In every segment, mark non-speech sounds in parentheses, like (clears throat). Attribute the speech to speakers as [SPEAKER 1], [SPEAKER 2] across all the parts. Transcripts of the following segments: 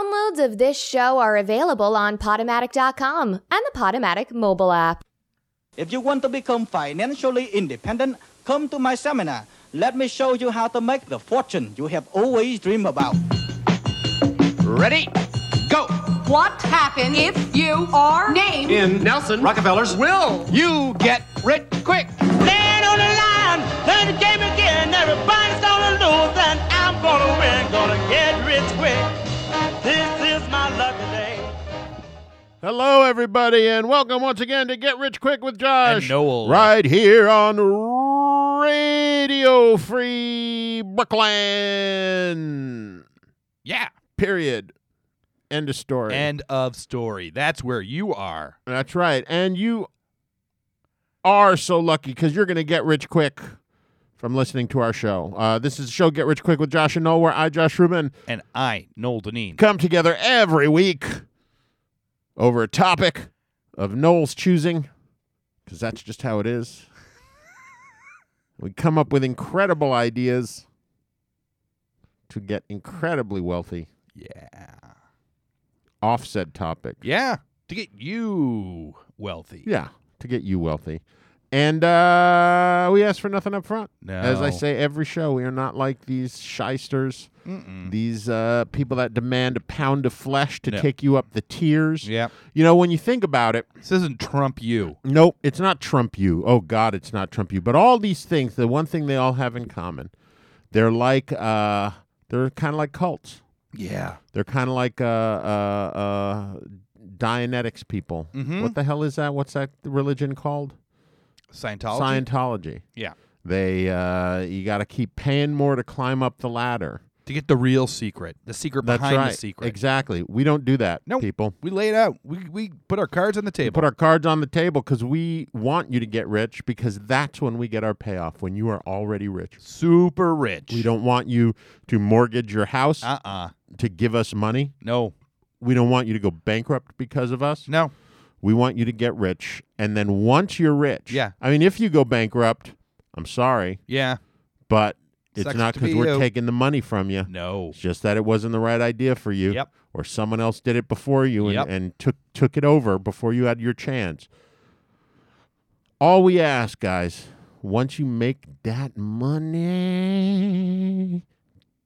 [SPEAKER 1] Episodes of this show are available on Potomatic.com and the Potomatic mobile app.
[SPEAKER 2] If you want to become financially independent, come to my seminar. Let me show you how to make the fortune you have always dreamed about.
[SPEAKER 3] Ready? Go!
[SPEAKER 4] What happens if you are named
[SPEAKER 3] In Nelson Rockefeller's will you get rich quick?
[SPEAKER 5] Land on the line, play the game again. Everybody's gonna lose, and I'm gonna win. Gonna get rich quick. This is my lucky day.
[SPEAKER 6] Hello, everybody, and welcome once again to Get Rich Quick with Josh.
[SPEAKER 7] And Noel.
[SPEAKER 6] Right here on Radio Free Brooklyn.
[SPEAKER 7] Yeah.
[SPEAKER 6] Period. End of story.
[SPEAKER 7] End of story. That's where you are.
[SPEAKER 6] That's right. And you are so lucky because you're going to get rich quick from listening to our show. Uh, this is the show Get Rich Quick with Josh and Noel, where I, Josh Rubin,
[SPEAKER 7] And I, Noel Deneen.
[SPEAKER 6] come together every week over a topic of Noel's choosing, because that's just how it is. we come up with incredible ideas to get incredibly wealthy
[SPEAKER 7] Yeah.
[SPEAKER 6] off said topic.
[SPEAKER 7] Yeah. To get you wealthy.
[SPEAKER 6] Yeah, to get you wealthy. And uh, we ask for nothing up front. As I
[SPEAKER 7] No.
[SPEAKER 6] say every show, we are not like these shysters, these uh, people that demand a pound of flesh to
[SPEAKER 7] No.
[SPEAKER 6] take you up the tiers.
[SPEAKER 7] Yeah.
[SPEAKER 6] You know, when you think about it,
[SPEAKER 7] This isn't Trump you.
[SPEAKER 6] nope, it's not Trump you. Oh, God, it's not Trump you. But all these things, the one thing they all have in common, they're like, uh, they're kind of like cults.
[SPEAKER 7] Yeah.
[SPEAKER 6] They're kind of like uh, uh, uh, Dianetics people.
[SPEAKER 7] Mm-hmm.
[SPEAKER 6] What the hell is that? What's that religion called?
[SPEAKER 7] Scientology.
[SPEAKER 6] Scientology.
[SPEAKER 7] yeah.
[SPEAKER 6] They uh, you got to keep paying more to climb up the ladder.
[SPEAKER 7] To get the real secret. The secret
[SPEAKER 6] That's
[SPEAKER 7] behind
[SPEAKER 6] right.
[SPEAKER 7] the secret.
[SPEAKER 6] Exactly. We don't do that,
[SPEAKER 7] Nope.
[SPEAKER 6] people.
[SPEAKER 7] We lay it out. We, we put our cards on the
[SPEAKER 6] We
[SPEAKER 7] table.
[SPEAKER 6] put our cards on the table because we want you to get rich because that's when we get our payoff when you are already rich.
[SPEAKER 7] Super rich.
[SPEAKER 6] We don't want you to mortgage your house
[SPEAKER 7] Uh uh
[SPEAKER 6] to give us money.
[SPEAKER 7] No.
[SPEAKER 6] We don't want you to go bankrupt because of us.
[SPEAKER 7] No.
[SPEAKER 6] We want you to get rich, and then once you're rich,
[SPEAKER 7] Yeah.
[SPEAKER 6] I mean, if you go bankrupt, I'm sorry,
[SPEAKER 7] Yeah.
[SPEAKER 6] but it's
[SPEAKER 7] Sucks
[SPEAKER 6] not
[SPEAKER 7] to
[SPEAKER 6] because
[SPEAKER 7] be
[SPEAKER 6] we're
[SPEAKER 7] you.
[SPEAKER 6] taking the money from you.
[SPEAKER 7] No.
[SPEAKER 6] It's just that it wasn't the right idea for you.
[SPEAKER 7] Yep.
[SPEAKER 6] Or someone else did it before you and,
[SPEAKER 7] Yep.
[SPEAKER 6] and took took it over before you had your chance. All we ask, guys, once you make that money,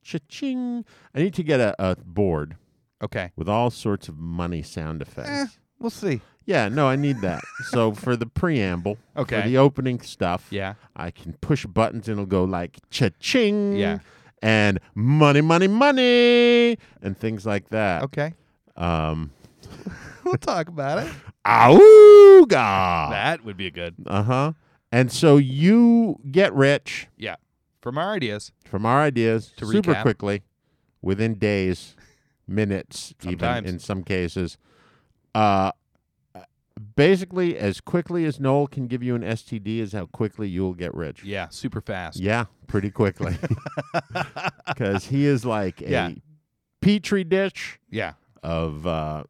[SPEAKER 6] cha-ching. I need to get a, a board
[SPEAKER 7] Okay.
[SPEAKER 6] with all sorts of money sound effects.
[SPEAKER 7] Eh, we'll see.
[SPEAKER 6] Yeah, no, I need that. so for the preamble, for
[SPEAKER 7] Okay.
[SPEAKER 6] the opening stuff,
[SPEAKER 7] Yeah.
[SPEAKER 6] I can push buttons and it'll go like cha-ching,
[SPEAKER 7] Yeah.
[SPEAKER 6] and money, money, money, and things like that.
[SPEAKER 7] Okay.
[SPEAKER 6] Um,
[SPEAKER 7] (laughs) we'll talk
[SPEAKER 6] (laughs)
[SPEAKER 7] about it.
[SPEAKER 6] auga.
[SPEAKER 7] That would be good.
[SPEAKER 6] Uh huh. And so you get rich
[SPEAKER 7] Yeah. From our ideas.
[SPEAKER 6] from our ideas
[SPEAKER 7] To
[SPEAKER 6] super
[SPEAKER 7] recap.
[SPEAKER 6] quickly, within days, minutes, even
[SPEAKER 7] Sometimes.
[SPEAKER 6] in some cases. Uh, basically, as quickly as Noel can give you an STD is how quickly you will get rich.
[SPEAKER 7] Yeah. Super fast.
[SPEAKER 6] Yeah,
[SPEAKER 7] (laughs)
[SPEAKER 6] pretty quickly. Because he is like a
[SPEAKER 7] Yeah.
[SPEAKER 6] petri dish
[SPEAKER 7] Yeah.
[SPEAKER 6] of uh,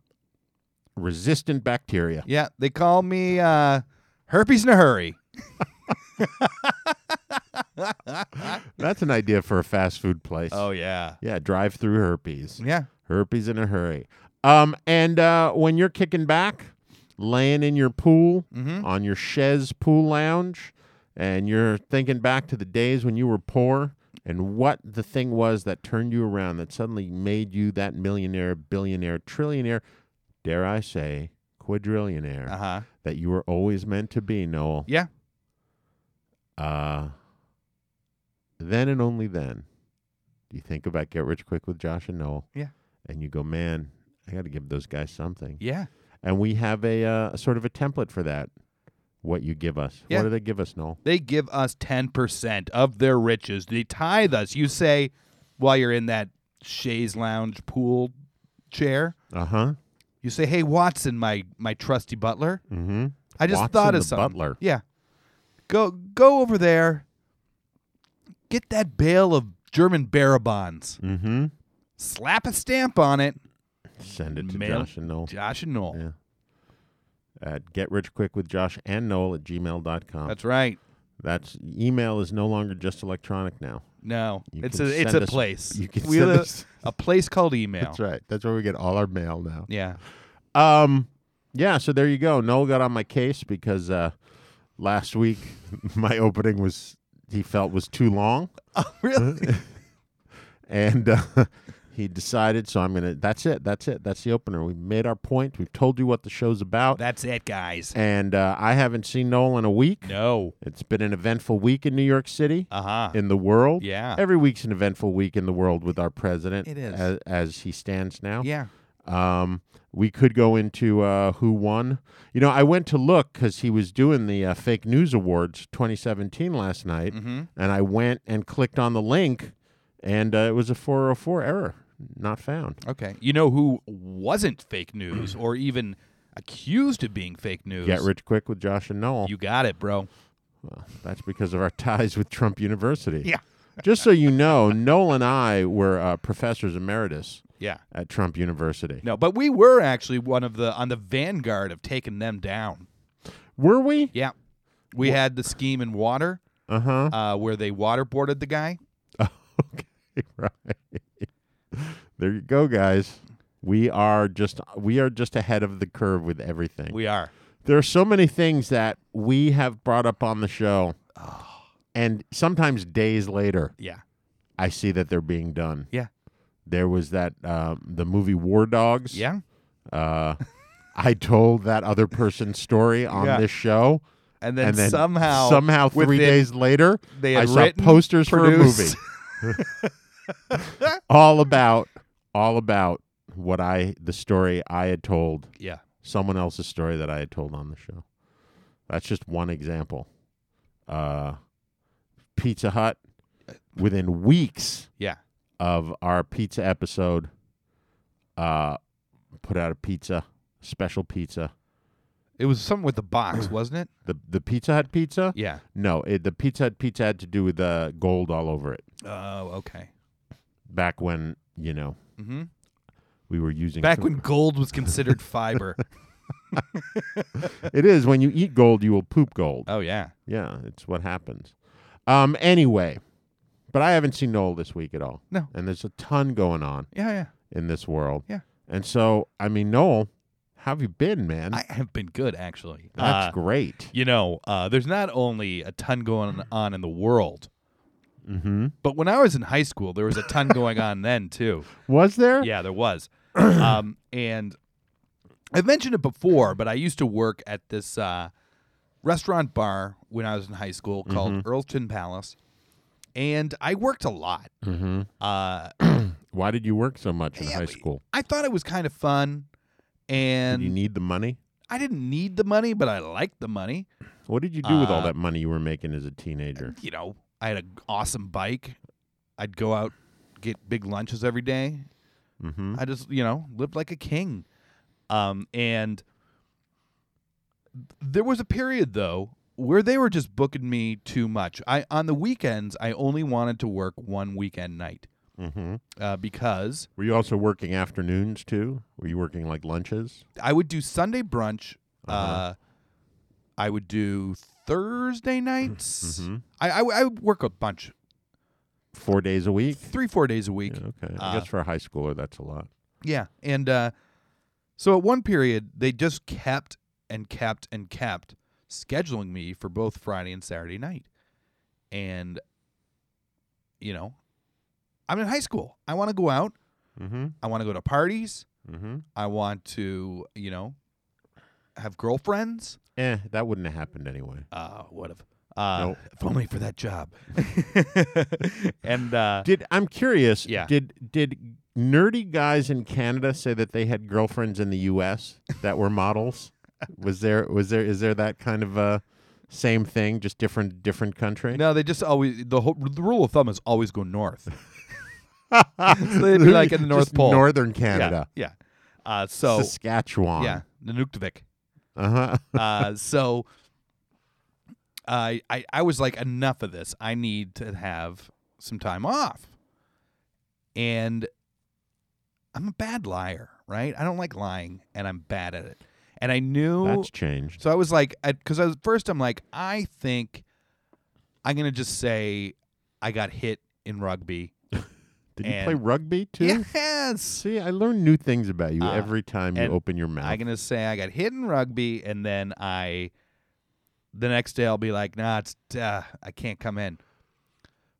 [SPEAKER 6] resistant bacteria.
[SPEAKER 7] Yeah, they call me uh, herpes in a hurry.
[SPEAKER 6] That's an idea for a fast food place.
[SPEAKER 7] Oh, yeah,
[SPEAKER 6] yeah, drive through herpes.
[SPEAKER 7] yeah,
[SPEAKER 6] Herpes in a hurry. Um, and uh, when you're kicking back, laying in your pool on your chaise pool lounge, and you're thinking back to the days when you were poor and what the thing was that turned you around that suddenly made you that millionaire, billionaire, trillionaire, dare I say, quadrillionaire
[SPEAKER 7] uh huh,
[SPEAKER 6] that you were always meant to be, Noel.
[SPEAKER 7] yeah.
[SPEAKER 6] Uh, then and only then do you think about Get Rich Quick with Josh and Noel.
[SPEAKER 7] Yeah.
[SPEAKER 6] And you go, man, I got to give those guys something.
[SPEAKER 7] Yeah.
[SPEAKER 6] And we have a uh, sort of a template for that. What you give us.
[SPEAKER 7] Yeah.
[SPEAKER 6] What do they give us, Noel?
[SPEAKER 7] They give us 10% of their riches. They tithe us. You say, while you're in that chaise lounge pool chair,
[SPEAKER 6] Uh huh.
[SPEAKER 7] you say, hey, Watson, my, my trusty butler.
[SPEAKER 6] Mm
[SPEAKER 7] I just
[SPEAKER 6] Watson
[SPEAKER 7] thought of
[SPEAKER 6] the
[SPEAKER 7] something.
[SPEAKER 6] butler.
[SPEAKER 7] Yeah. Go, go over there, get that bale of German barabons,
[SPEAKER 6] hmm. Mm hmm.
[SPEAKER 7] slap a stamp on it,
[SPEAKER 6] Send it to
[SPEAKER 7] Mail-
[SPEAKER 6] Josh and Noel
[SPEAKER 7] Josh and Noel.
[SPEAKER 6] Yeah. at Get Rich Quick with Josh and Noel at gmail.com.
[SPEAKER 7] That's right.
[SPEAKER 6] That's email is no longer just electronic now.
[SPEAKER 7] No,
[SPEAKER 6] You
[SPEAKER 7] it's
[SPEAKER 6] can
[SPEAKER 7] a it's
[SPEAKER 6] send
[SPEAKER 7] a
[SPEAKER 6] us-
[SPEAKER 7] place.
[SPEAKER 6] you can
[SPEAKER 7] we
[SPEAKER 6] send
[SPEAKER 7] live-
[SPEAKER 6] us-
[SPEAKER 7] a place called email.
[SPEAKER 6] That's right. That's where we get all our mail now. (laughs)
[SPEAKER 7] Yeah.
[SPEAKER 6] Um, yeah. So there you go. Noel got on my case because uh, last week (laughs) my opening was he felt was too long,
[SPEAKER 7] Really?
[SPEAKER 6] and (laughs) uh, he decided. So I'm gonna. That's it. That's it. That's the opener. We've made our point. We've told you what the show's
[SPEAKER 7] (laughs)
[SPEAKER 6] about.
[SPEAKER 7] That's it, guys.
[SPEAKER 6] and uh, I haven't seen Noel in a week.
[SPEAKER 7] No.
[SPEAKER 6] It's been an eventful week in New York City.
[SPEAKER 7] Uh huh.
[SPEAKER 6] in the world.
[SPEAKER 7] Yeah.
[SPEAKER 6] Every week's an eventful week in the world with our president.
[SPEAKER 7] It is.
[SPEAKER 6] As, as he stands now.
[SPEAKER 7] Yeah.
[SPEAKER 6] Um, we could go into uh, who won. You know, I went to look because he was doing the uh, fake news awards 2017 last night,
[SPEAKER 7] Mm-hmm.
[SPEAKER 6] and I went and clicked on the link, and uh, it was a 404 error, not found.
[SPEAKER 7] Okay. You know who wasn't fake news or even accused of being fake news?
[SPEAKER 6] Get rich quick with Josh and Noel.
[SPEAKER 7] You got it, bro.
[SPEAKER 6] That's because of our (laughs) ties with Trump University.
[SPEAKER 7] Yeah.
[SPEAKER 6] Just so you know, Noel and I were uh, professors emeritus
[SPEAKER 7] Yeah.
[SPEAKER 6] at Trump University.
[SPEAKER 7] No, but we were actually one of the on the vanguard of taking them down.
[SPEAKER 6] Were we?
[SPEAKER 7] Yeah. We had the scheme in water,
[SPEAKER 6] Uh-huh.
[SPEAKER 7] uh, where they waterboarded the guy.
[SPEAKER 6] Okay, right. there you go, guys. We are just we are just ahead of the curve with everything.
[SPEAKER 7] We are.
[SPEAKER 6] there are so many things that we have brought up on the show.
[SPEAKER 7] Ah.
[SPEAKER 6] And sometimes days later,
[SPEAKER 7] Yeah.
[SPEAKER 6] I see that they're being done.
[SPEAKER 7] Yeah.
[SPEAKER 6] There was that um, the movie War Dogs.
[SPEAKER 7] Yeah.
[SPEAKER 6] Uh, I told that other person's story on
[SPEAKER 7] Yeah.
[SPEAKER 6] this show.
[SPEAKER 7] And then, somehow
[SPEAKER 6] somehow three
[SPEAKER 7] within-
[SPEAKER 6] days later,
[SPEAKER 7] they had
[SPEAKER 6] I saw
[SPEAKER 7] written,
[SPEAKER 6] posters
[SPEAKER 7] produced- (laughs)
[SPEAKER 6] for a movie, (laughs) all about all about what I the story I had told,
[SPEAKER 7] Yeah.
[SPEAKER 6] someone else's story that I had told on the show. That's just one example. Uh, Pizza Hut, within weeks
[SPEAKER 7] Yeah.
[SPEAKER 6] of our pizza episode, uh, put out a pizza special pizza.
[SPEAKER 7] It was something with the
[SPEAKER 6] (clears throat)
[SPEAKER 7] box, wasn't it?
[SPEAKER 6] The the Pizza Hut pizza.
[SPEAKER 7] Yeah.
[SPEAKER 6] No, it, the Pizza Hut pizza had to do with uh, gold all over it.
[SPEAKER 7] Oh, okay.
[SPEAKER 6] Back when you know
[SPEAKER 7] hmm
[SPEAKER 6] we were using
[SPEAKER 7] Back
[SPEAKER 6] (laughs)
[SPEAKER 7] when gold was considered fiber.
[SPEAKER 6] (laughs) it is when you eat gold, you will poop gold.
[SPEAKER 7] Oh yeah.
[SPEAKER 6] yeah, it's what happens. Um, anyway, but I haven't seen Noel this week at all.
[SPEAKER 7] No.
[SPEAKER 6] and there's a ton going on
[SPEAKER 7] Yeah, yeah.
[SPEAKER 6] in this world.
[SPEAKER 7] Yeah.
[SPEAKER 6] and so I mean, Noel, how have you been, man?
[SPEAKER 7] I have been good actually.
[SPEAKER 6] That's
[SPEAKER 7] Uh,
[SPEAKER 6] great.
[SPEAKER 7] You know, uh, there's not only a ton going on in the world,
[SPEAKER 6] Mm-hmm.
[SPEAKER 7] but when I was in high school, there was a ton going on then
[SPEAKER 6] (laughs)
[SPEAKER 7] too.
[SPEAKER 6] Was there?
[SPEAKER 7] Yeah, there was. um, and I've mentioned it before, but I used to work at this uh, restaurant bar when I was in high school called
[SPEAKER 6] Mm-hmm.
[SPEAKER 7] Earlton Palace, and I worked a lot.
[SPEAKER 6] Mm-hmm.
[SPEAKER 7] Uh,
[SPEAKER 6] Why did you work so much in
[SPEAKER 7] yeah,
[SPEAKER 6] high
[SPEAKER 7] we-
[SPEAKER 6] school?
[SPEAKER 7] I thought it was kind of fun,
[SPEAKER 6] Did you
[SPEAKER 7] and
[SPEAKER 6] need the money?
[SPEAKER 7] I didn't need the money, but I liked the money.
[SPEAKER 6] What did you do with all
[SPEAKER 7] Uh,
[SPEAKER 6] that money you were making as a teenager?
[SPEAKER 7] You know, I had an awesome bike. I'd go out get big lunches every day.
[SPEAKER 6] Mm-hmm.
[SPEAKER 7] I just, you know, lived like a king. Um, and there was a period though where they were just booking me too much. I on the weekends I only wanted to work one weekend night
[SPEAKER 6] Mm-hmm.
[SPEAKER 7] uh, because
[SPEAKER 6] Were you also working afternoons too? Were you working like lunches?
[SPEAKER 7] I would do Sunday brunch. uh
[SPEAKER 6] Uh-huh.
[SPEAKER 7] I would do Thursday
[SPEAKER 6] (laughs)
[SPEAKER 7] nights.
[SPEAKER 6] Mm-hmm.
[SPEAKER 7] I, I I would work a bunch,
[SPEAKER 6] Four days a week?
[SPEAKER 7] three four days a week.
[SPEAKER 6] Yeah, okay.
[SPEAKER 7] Uh,
[SPEAKER 6] I guess for a high schooler, that's a lot.
[SPEAKER 7] Yeah. And uh, so at one period, they just kept and kept and kept scheduling me for both Friday and Saturday night. And, you know, I'm in high school. I want to go out.
[SPEAKER 6] Mm-hmm.
[SPEAKER 7] I want to go to parties.
[SPEAKER 6] Mm-hmm.
[SPEAKER 7] I want to, you know, have girlfriends.
[SPEAKER 6] Eh, that wouldn't have happened anyway.
[SPEAKER 7] Uh, what if? Uh,
[SPEAKER 6] Nope.
[SPEAKER 7] If only for that job. (laughs) and uh,
[SPEAKER 6] Did I'm curious?
[SPEAKER 7] Yeah.
[SPEAKER 6] Did did nerdy guys in Canada say that they had girlfriends in the U.S. that were models? Was there was there is there that kind of uh, same thing, just different different country?
[SPEAKER 7] no, they just always, the, whole, the rule of thumb is always go
[SPEAKER 6] (laughs)
[SPEAKER 7] north. (laughs) they'd be like in the North
[SPEAKER 6] Just
[SPEAKER 7] Pole.
[SPEAKER 6] northern
[SPEAKER 7] Yeah,
[SPEAKER 6] Canada,
[SPEAKER 7] Yeah. Uh, so
[SPEAKER 6] Saskatchewan.
[SPEAKER 7] yeah, Nunuktovik.
[SPEAKER 6] Uh huh.
[SPEAKER 7] Uh,
[SPEAKER 6] (laughs)
[SPEAKER 7] so I I I was like, enough of this. I need to have some time off. And I'm a bad liar, right? I don't like lying, and I'm bad at it. And I knew
[SPEAKER 6] That's changed.
[SPEAKER 7] so I was like, because at first I'm like, I think I'm gonna just say I got hit in rugby.
[SPEAKER 6] Did you
[SPEAKER 7] And-
[SPEAKER 6] play rugby too?
[SPEAKER 7] Yes.
[SPEAKER 6] See, I learn new things about you every time you
[SPEAKER 7] Uh, and
[SPEAKER 6] open your mouth.
[SPEAKER 7] I'm gonna say I got hit in rugby, and then I, the next day I'll be like, nah, it's uh, I can't come in.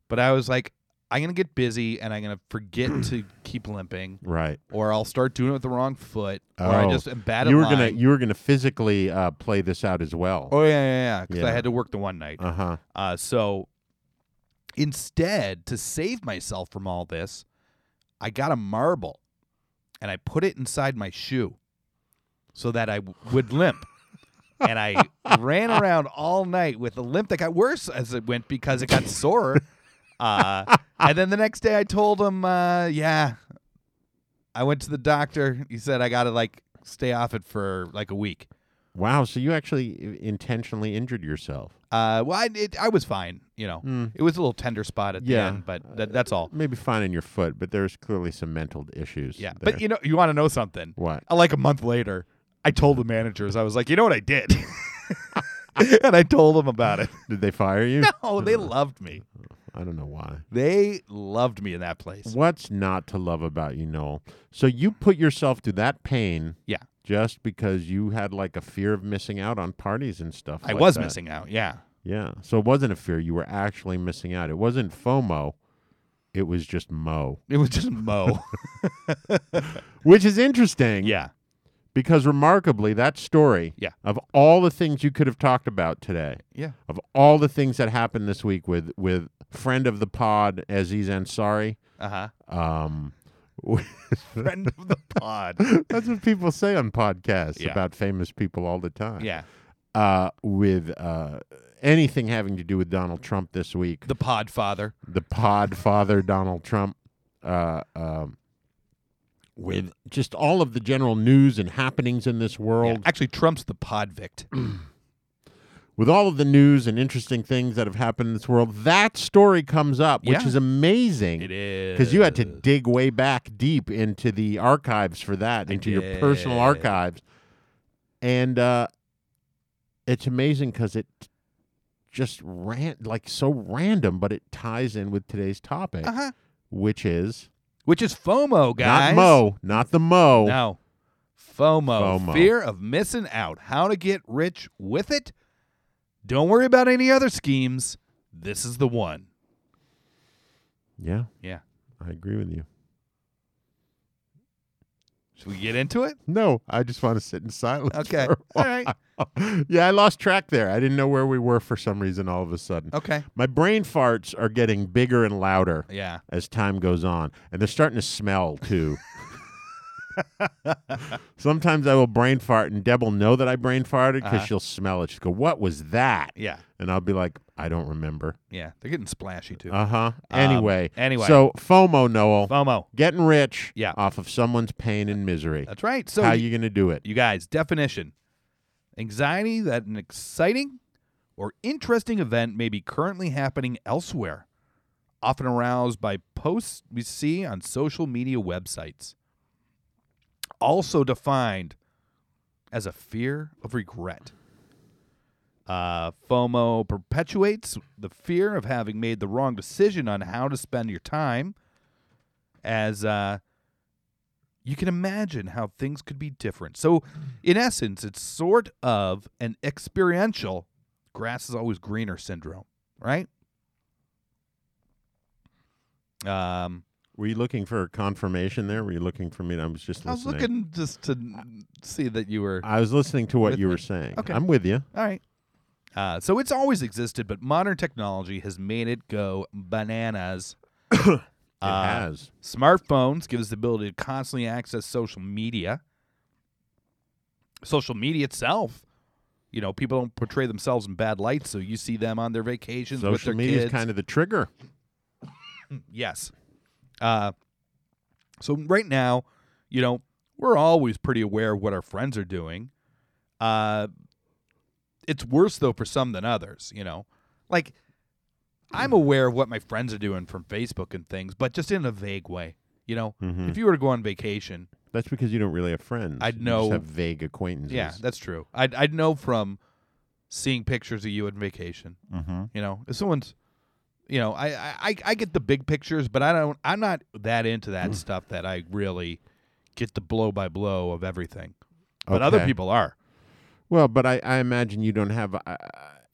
[SPEAKER 7] But I was like, I'm gonna get busy, and I'm gonna
[SPEAKER 6] (clears throat)
[SPEAKER 7] forget to keep limping,
[SPEAKER 6] right.
[SPEAKER 7] or I'll start doing it with the wrong foot, or I
[SPEAKER 6] Oh,
[SPEAKER 7] just am bad at
[SPEAKER 6] you were gonna
[SPEAKER 7] lying.
[SPEAKER 6] you were gonna physically uh, play this out as well.
[SPEAKER 7] oh yeah, yeah, yeah, because I
[SPEAKER 6] Yeah.
[SPEAKER 7] had to work the one night.
[SPEAKER 6] Uh huh.
[SPEAKER 7] Uh, so instead, to save myself from all this, I got a marble and I put it inside my shoe so that I w- would limp. and I ran around all night with a limp that got worse as it went because it got sore. Uh, and then the next day, I told him, uh, yeah, I went to the doctor. He said I got to like stay off it for like a week.
[SPEAKER 6] Wow. So you actually intentionally injured yourself.
[SPEAKER 7] Uh, well, I it, I was fine. You know, it was a little tender spot at
[SPEAKER 6] Hmm. Yeah.
[SPEAKER 7] the end, but that, that's all.
[SPEAKER 6] Maybe fine in your foot, but there's clearly some mental issues.
[SPEAKER 7] Yeah,
[SPEAKER 6] there.
[SPEAKER 7] but you know, you want to know something?
[SPEAKER 6] What?
[SPEAKER 7] Uh, Like a month later, I told the managers. I was like, you know what I
[SPEAKER 6] (laughs)
[SPEAKER 7] did, (laughs) and I told them about it.
[SPEAKER 6] did they fire you?
[SPEAKER 7] Oh, they loved me.
[SPEAKER 6] I don't know why.
[SPEAKER 7] They loved me in that place.
[SPEAKER 6] What's not to love about you, Noel? So you put yourself through that pain
[SPEAKER 7] Yeah,
[SPEAKER 6] just because you had like a fear of missing out on parties and stuff.
[SPEAKER 7] I
[SPEAKER 6] like
[SPEAKER 7] was
[SPEAKER 6] that.
[SPEAKER 7] missing out. Yeah,
[SPEAKER 6] Yeah. So it wasn't a fear. You were actually missing out. It wasn't FOMO. It was just Mo,
[SPEAKER 7] it was just
[SPEAKER 6] (laughs)
[SPEAKER 7] Mo.
[SPEAKER 6] which is interesting.
[SPEAKER 7] yeah,
[SPEAKER 6] Because remarkably, that story
[SPEAKER 7] Yeah.
[SPEAKER 6] of all the things you could have talked about today,
[SPEAKER 7] yeah,
[SPEAKER 6] of all the things that happened this week with, with friend of the pod, Aziz Ansari,
[SPEAKER 7] uh huh.
[SPEAKER 6] um,
[SPEAKER 7] (laughs) Friend of the
[SPEAKER 6] (laughs)
[SPEAKER 7] pod.
[SPEAKER 6] that's what people say on podcasts
[SPEAKER 7] Yeah.
[SPEAKER 6] about famous people all the time.
[SPEAKER 7] Yeah,
[SPEAKER 6] Uh, with uh, anything having to do with Donald Trump this week.
[SPEAKER 7] the pod father.
[SPEAKER 6] the pod father Donald Trump, uh, um, with just all of the general news and happenings in this
[SPEAKER 7] Yeah,
[SPEAKER 6] world,
[SPEAKER 7] Actually, Trump's the
[SPEAKER 6] (clears throat)
[SPEAKER 7] podvict.
[SPEAKER 6] with all of the news and interesting things that have happened in this world, that story comes up, which
[SPEAKER 7] Yeah.
[SPEAKER 6] is amazing.
[SPEAKER 7] It is
[SPEAKER 6] Because you had to dig way back deep into the archives for that, into your personal
[SPEAKER 7] did.
[SPEAKER 6] archives. And uh, it's amazing because it just ran like so random, but it ties in with today's topic,
[SPEAKER 7] Uh-huh.
[SPEAKER 6] which is
[SPEAKER 7] which is FOMO, guys.
[SPEAKER 6] Not Mo, not the Mo.
[SPEAKER 7] No. FOMO,
[SPEAKER 6] FOMO.
[SPEAKER 7] fear of missing out. How to get rich with it? Don't worry about any other schemes. This is the one.
[SPEAKER 6] Yeah,
[SPEAKER 7] Yeah.
[SPEAKER 6] I agree with you.
[SPEAKER 7] Should we get into
[SPEAKER 6] (laughs)
[SPEAKER 7] it?
[SPEAKER 6] No, I just want to sit in silence.
[SPEAKER 7] Okay.
[SPEAKER 6] for a
[SPEAKER 7] All
[SPEAKER 6] while.
[SPEAKER 7] right.
[SPEAKER 6] yeah, I lost track there. I didn't know where we were for some reason all of a sudden.
[SPEAKER 7] Okay.
[SPEAKER 6] My brain farts are getting bigger and louder
[SPEAKER 7] Yeah.
[SPEAKER 6] as time goes on, and they're starting to smell too. Sometimes I will brain fart, and Deb will know that I brain farted because she'll smell it. She'll go, "What was that?"
[SPEAKER 7] Uh-huh. Yeah.
[SPEAKER 6] and I'll be like, "I don't remember."
[SPEAKER 7] Yeah. They're getting splashy too.
[SPEAKER 6] Uh huh. Anyway,
[SPEAKER 7] Um, anyway.
[SPEAKER 6] so FOMO, Noel,
[SPEAKER 7] FOMO.
[SPEAKER 6] getting rich,
[SPEAKER 7] Yeah.
[SPEAKER 6] off of someone's pain and misery.
[SPEAKER 7] That's right. So
[SPEAKER 6] How
[SPEAKER 7] you,
[SPEAKER 6] you gonna do it?
[SPEAKER 7] you guys, definition. Anxiety that an exciting or interesting event may be currently happening elsewhere, often aroused by posts we see on social media websites. Also defined as a fear of regret. Uh, FOMO perpetuates the fear of having made the wrong decision on how to spend your time, as uh, you can imagine how things could be different. So, in essence, it's sort of an experiential grass is always greener syndrome, right? Um,
[SPEAKER 6] Were you looking for confirmation there? Were you looking for me? I was just
[SPEAKER 7] I was
[SPEAKER 6] listening.
[SPEAKER 7] looking just to n- see that you were.
[SPEAKER 6] I was listening to what
[SPEAKER 7] With
[SPEAKER 6] you
[SPEAKER 7] me.
[SPEAKER 6] were saying.
[SPEAKER 7] Okay.
[SPEAKER 6] I'm with you.
[SPEAKER 7] All right. Uh, so it's always existed, but modern technology has made it go bananas.
[SPEAKER 6] It
[SPEAKER 7] Uh,
[SPEAKER 6] has.
[SPEAKER 7] Smartphones give us the ability to constantly access social media. Social media itself, you know, people don't portray themselves in bad lights, so you see them on their vacations with
[SPEAKER 6] Social
[SPEAKER 7] their
[SPEAKER 6] media is
[SPEAKER 7] kids.
[SPEAKER 6] kind of the trigger.
[SPEAKER 7] Yes. Uh, so right now, you know, we're always pretty aware of what our friends are doing. Uh, it's worse though for some than others. You know, like I'm aware of what my friends are doing from Facebook and things, but just in a vague way. You know, if you were to go on vacation,
[SPEAKER 6] That's because you don't really have friends.
[SPEAKER 7] I'd
[SPEAKER 6] You just
[SPEAKER 7] know-
[SPEAKER 6] have vague acquaintances.
[SPEAKER 7] yeah, that's true. I'd I'd know from seeing pictures of you on vacation. You know, if someone's, you know, I, I I- I get the big pictures, but I don't. I'm not that into that stuff that I really get the blow by blow of everything. But other
[SPEAKER 6] Okay.
[SPEAKER 7] people are.
[SPEAKER 6] Well, but I, I imagine you don't have. Uh,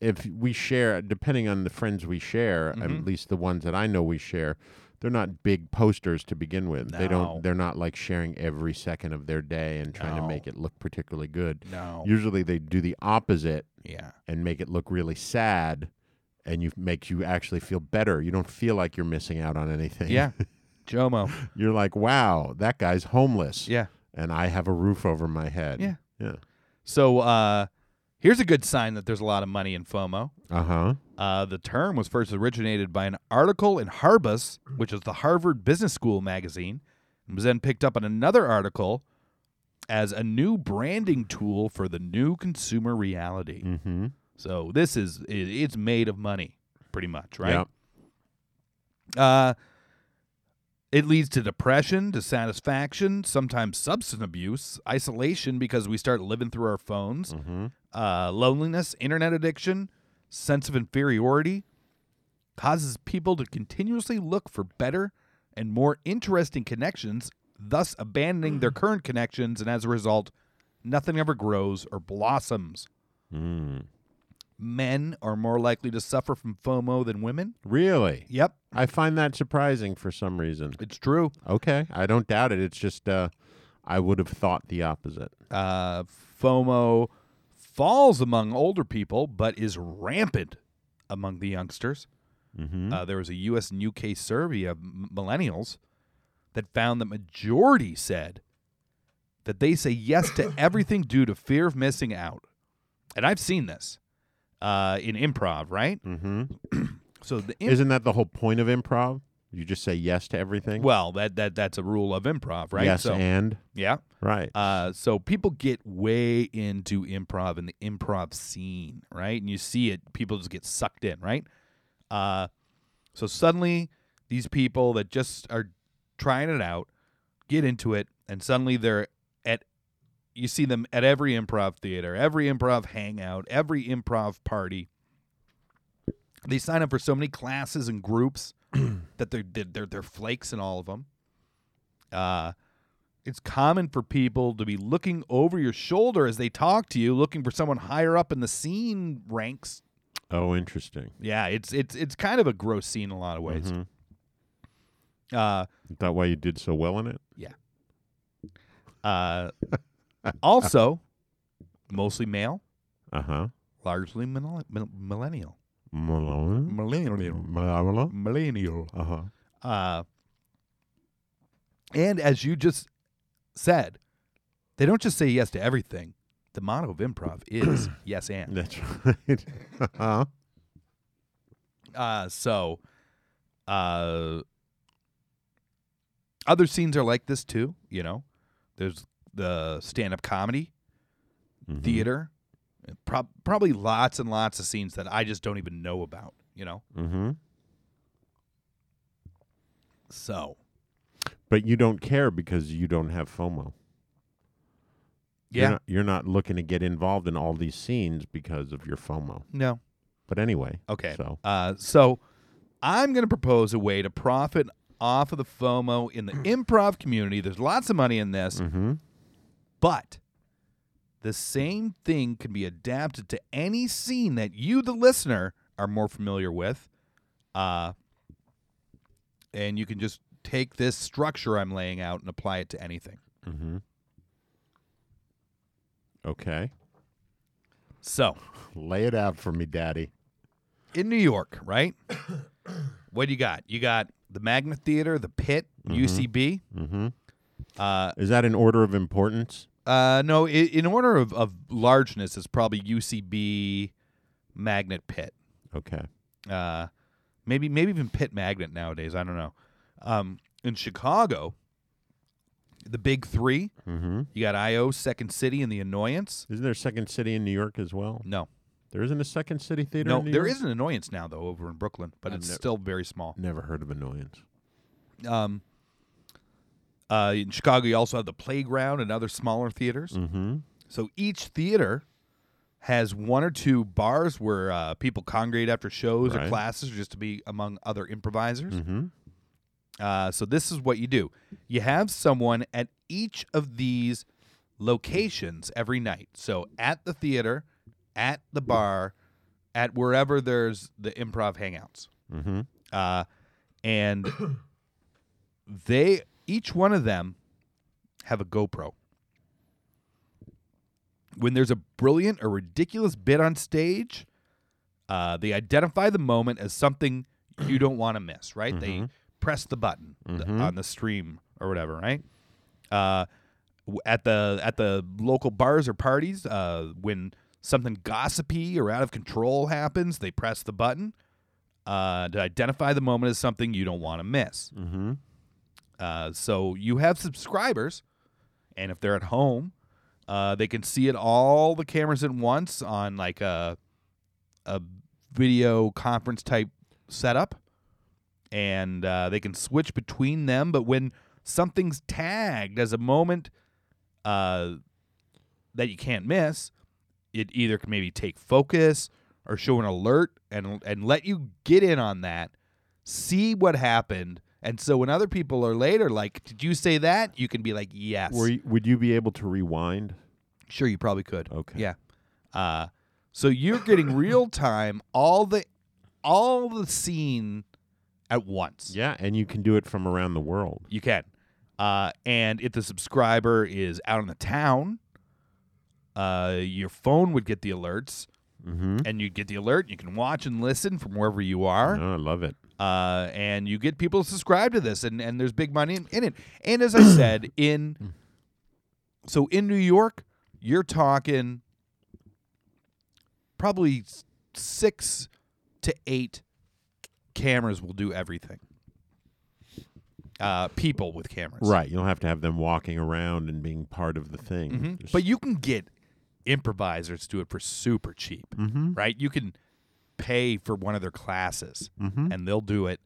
[SPEAKER 6] if we share, depending on the friends we share,
[SPEAKER 7] Mm-hmm.
[SPEAKER 6] at least the ones that I know we share, they're not big posters to begin with. They
[SPEAKER 7] No.
[SPEAKER 6] don't. They're not like sharing every second of their day and trying
[SPEAKER 7] No.
[SPEAKER 6] to make it look particularly good.
[SPEAKER 7] No.
[SPEAKER 6] Usually they do the opposite
[SPEAKER 7] Yeah.
[SPEAKER 6] and make it look really sad, and you makes you actually feel better. You don't feel like you're missing out on anything.
[SPEAKER 7] Yeah. Jomo.
[SPEAKER 6] (laughs) you're like, wow, that guy's homeless.
[SPEAKER 7] Yeah.
[SPEAKER 6] and I have a roof over my head.
[SPEAKER 7] Yeah.
[SPEAKER 6] Yeah.
[SPEAKER 7] So uh, here's a good sign that there's a lot of money in FOMO.
[SPEAKER 6] Uh huh.
[SPEAKER 7] Uh, the term was first originated by an article in Harbus, which is the Harvard Business School magazine, and was then picked up in another article as a new branding tool for the new consumer reality.
[SPEAKER 6] Mm-hmm.
[SPEAKER 7] So this is i it's made of money, pretty much,
[SPEAKER 6] Yeah.
[SPEAKER 7] right? Uh, it leads to depression, dissatisfaction, sometimes substance abuse, isolation because we start living through our phones, uh, loneliness, internet addiction, sense of inferiority, causes people to continuously look for better and more interesting connections, thus abandoning their current connections, and as a result, nothing ever grows or blossoms. Men are more likely to suffer from FOMO than women.
[SPEAKER 6] Really?
[SPEAKER 7] Yep,
[SPEAKER 6] I find that surprising for some reason.
[SPEAKER 7] it's true.
[SPEAKER 6] Okay, I don't doubt it. It's just uh, I would have thought the opposite.
[SPEAKER 7] uh, FOMO falls among older people, but is rampant among the youngsters.
[SPEAKER 6] Mm-hmm.
[SPEAKER 7] Uh, there was a U.S. and U.K. survey of m- millennials that found the majority said that they say yes
[SPEAKER 6] (coughs)
[SPEAKER 7] to everything due to fear of missing out. And I've seen this uh, in improv, right? Mm-hmm. (clears throat) so the imp-
[SPEAKER 6] Isn't that the whole point of improv? You just say yes to everything.
[SPEAKER 7] well, that that that's a rule of improv, right?
[SPEAKER 6] Yes
[SPEAKER 7] so
[SPEAKER 6] and
[SPEAKER 7] yeah.
[SPEAKER 6] right.
[SPEAKER 7] Uh, so people get way into improv and the improv scene, right? And you see it, people just get sucked in, right? Uh, so suddenly, these people that just are trying it out get into it, and suddenly they're at, you see them at every improv theater, every improv hangout, every improv party. They sign up for so many classes and groups that they're, they're, they're flakes in all of them. Uh, it's common for people to be looking over your shoulder as they talk to you, looking for someone higher up in the scene ranks.
[SPEAKER 6] oh, interesting.
[SPEAKER 7] Yeah, it's it's it's kind of a gross scene in a lot of ways. Uh,
[SPEAKER 6] Is that why you did so well in it?
[SPEAKER 7] uh, (laughs) also, mostly male,
[SPEAKER 6] Uh huh.
[SPEAKER 7] largely millenni- mil- millennial,
[SPEAKER 6] Malone.
[SPEAKER 7] millennial,
[SPEAKER 6] Malone.
[SPEAKER 7] millennial.
[SPEAKER 6] Uh huh.
[SPEAKER 7] Uh, and as you just said, they don't just say yes to everything. The motto of improv is yes and.
[SPEAKER 6] That's (laughs) right. uh huh.
[SPEAKER 7] Uh, so, uh, other scenes are like this too. You know, there's the stand-up comedy, theater, and prob- probably lots and lots of scenes that I just don't even know about. You know,
[SPEAKER 6] Mm-hmm.
[SPEAKER 7] so
[SPEAKER 6] But you don't care because you don't have FOMO.
[SPEAKER 7] yeah,
[SPEAKER 6] You're not, you're not looking to get involved in all these scenes because of your FOMO.
[SPEAKER 7] no,
[SPEAKER 6] But anyway.
[SPEAKER 7] okay.
[SPEAKER 6] So.
[SPEAKER 7] uh, so I'm gonna propose a way to profit off of the FOMO in the improv community. There's lots of money in this.
[SPEAKER 6] Mm-hmm.
[SPEAKER 7] But the same thing can be adapted to any scene that you, the listener, are more familiar with. Uh, and you can just take this structure I'm laying out and apply it to anything.
[SPEAKER 6] Okay.
[SPEAKER 7] So,
[SPEAKER 6] Lay it out for me, Daddy.
[SPEAKER 7] in New York, right? (coughs) what do you got? You got the Magna Theater, the Pit, UCB.
[SPEAKER 6] Is that an order of importance?
[SPEAKER 7] Uh, no, i in order of, of largeness, it's probably UCB, Magnet, Pit.
[SPEAKER 6] Okay.
[SPEAKER 7] uh, maybe maybe even Pit Magnet nowadays. I don't know. Um, in Chicago, the big 3 You got IO, Second City, and the Annoyance.
[SPEAKER 6] Isn't there a second city in New York as well?
[SPEAKER 7] No,
[SPEAKER 6] There isn't a second city theater.
[SPEAKER 7] Mm. no,
[SPEAKER 6] in New
[SPEAKER 7] there
[SPEAKER 6] York?
[SPEAKER 7] is an Annoyance now though over in Brooklyn, but it's
[SPEAKER 6] never-
[SPEAKER 7] still very small.
[SPEAKER 6] Never heard of annoyance.
[SPEAKER 7] Um, uh, in Chicago, you also have the Playground and other smaller theaters.
[SPEAKER 6] Mm-hmm.
[SPEAKER 7] So each theater has one or two bars where uh, people congregate after shows
[SPEAKER 6] Right.
[SPEAKER 7] or classes or just to be among other improvisers. Uh, so this is what you do. You have someone at each of these locations every night. So at the theater, at the bar, at wherever there's the improv hangouts. Mm-hmm. Uh, and they each one of them have a GoPro. When there's a brilliant or ridiculous bit on stage, uh, they identify the moment as something you don't want to miss, right? They press the button th- on the stream or whatever, right? Uh, w- at the at the local bars or parties, uh, when something gossipy or out of control happens, they press the button uh, to identify the moment as something you don't want to miss. Uh, so you have subscribers, and if they're at home, uh, they can see it all the cameras at once on like a a video conference type setup, and uh, they can switch between them. But when something's tagged as a moment uh, that you can't miss, it either can maybe take focus or show an alert and and let you get in on that, see what happened. And so when other people are later like, "Did you say that?" you can be like, "Yes."
[SPEAKER 6] Were you, would you be able to rewind?
[SPEAKER 7] Sure, you probably could.
[SPEAKER 6] Okay.
[SPEAKER 7] Yeah. Uh, so you're getting
[SPEAKER 6] (coughs)
[SPEAKER 7] real time all the all the scene at once.
[SPEAKER 6] Yeah, and you can do it from around the world.
[SPEAKER 7] You can. Uh, and if the subscriber is out in the town, uh, your phone would get the alerts,
[SPEAKER 6] Mm-hmm.
[SPEAKER 7] and you'd get the alert. You can watch and listen from wherever you are
[SPEAKER 6] Oh, I love it.
[SPEAKER 7] uh, and you get people to subscribe to this, and, and there's big money in, in it. And as I said, in so in New York, you're talking probably s- six to eight cameras will do everything. Uh, people with cameras,
[SPEAKER 6] Right. You don't have to have them walking around and being part of the thing. Just-
[SPEAKER 7] Mm-hmm. But you can get improvisers to do it for super cheap, right? You can pay for one of their classes, and they'll do it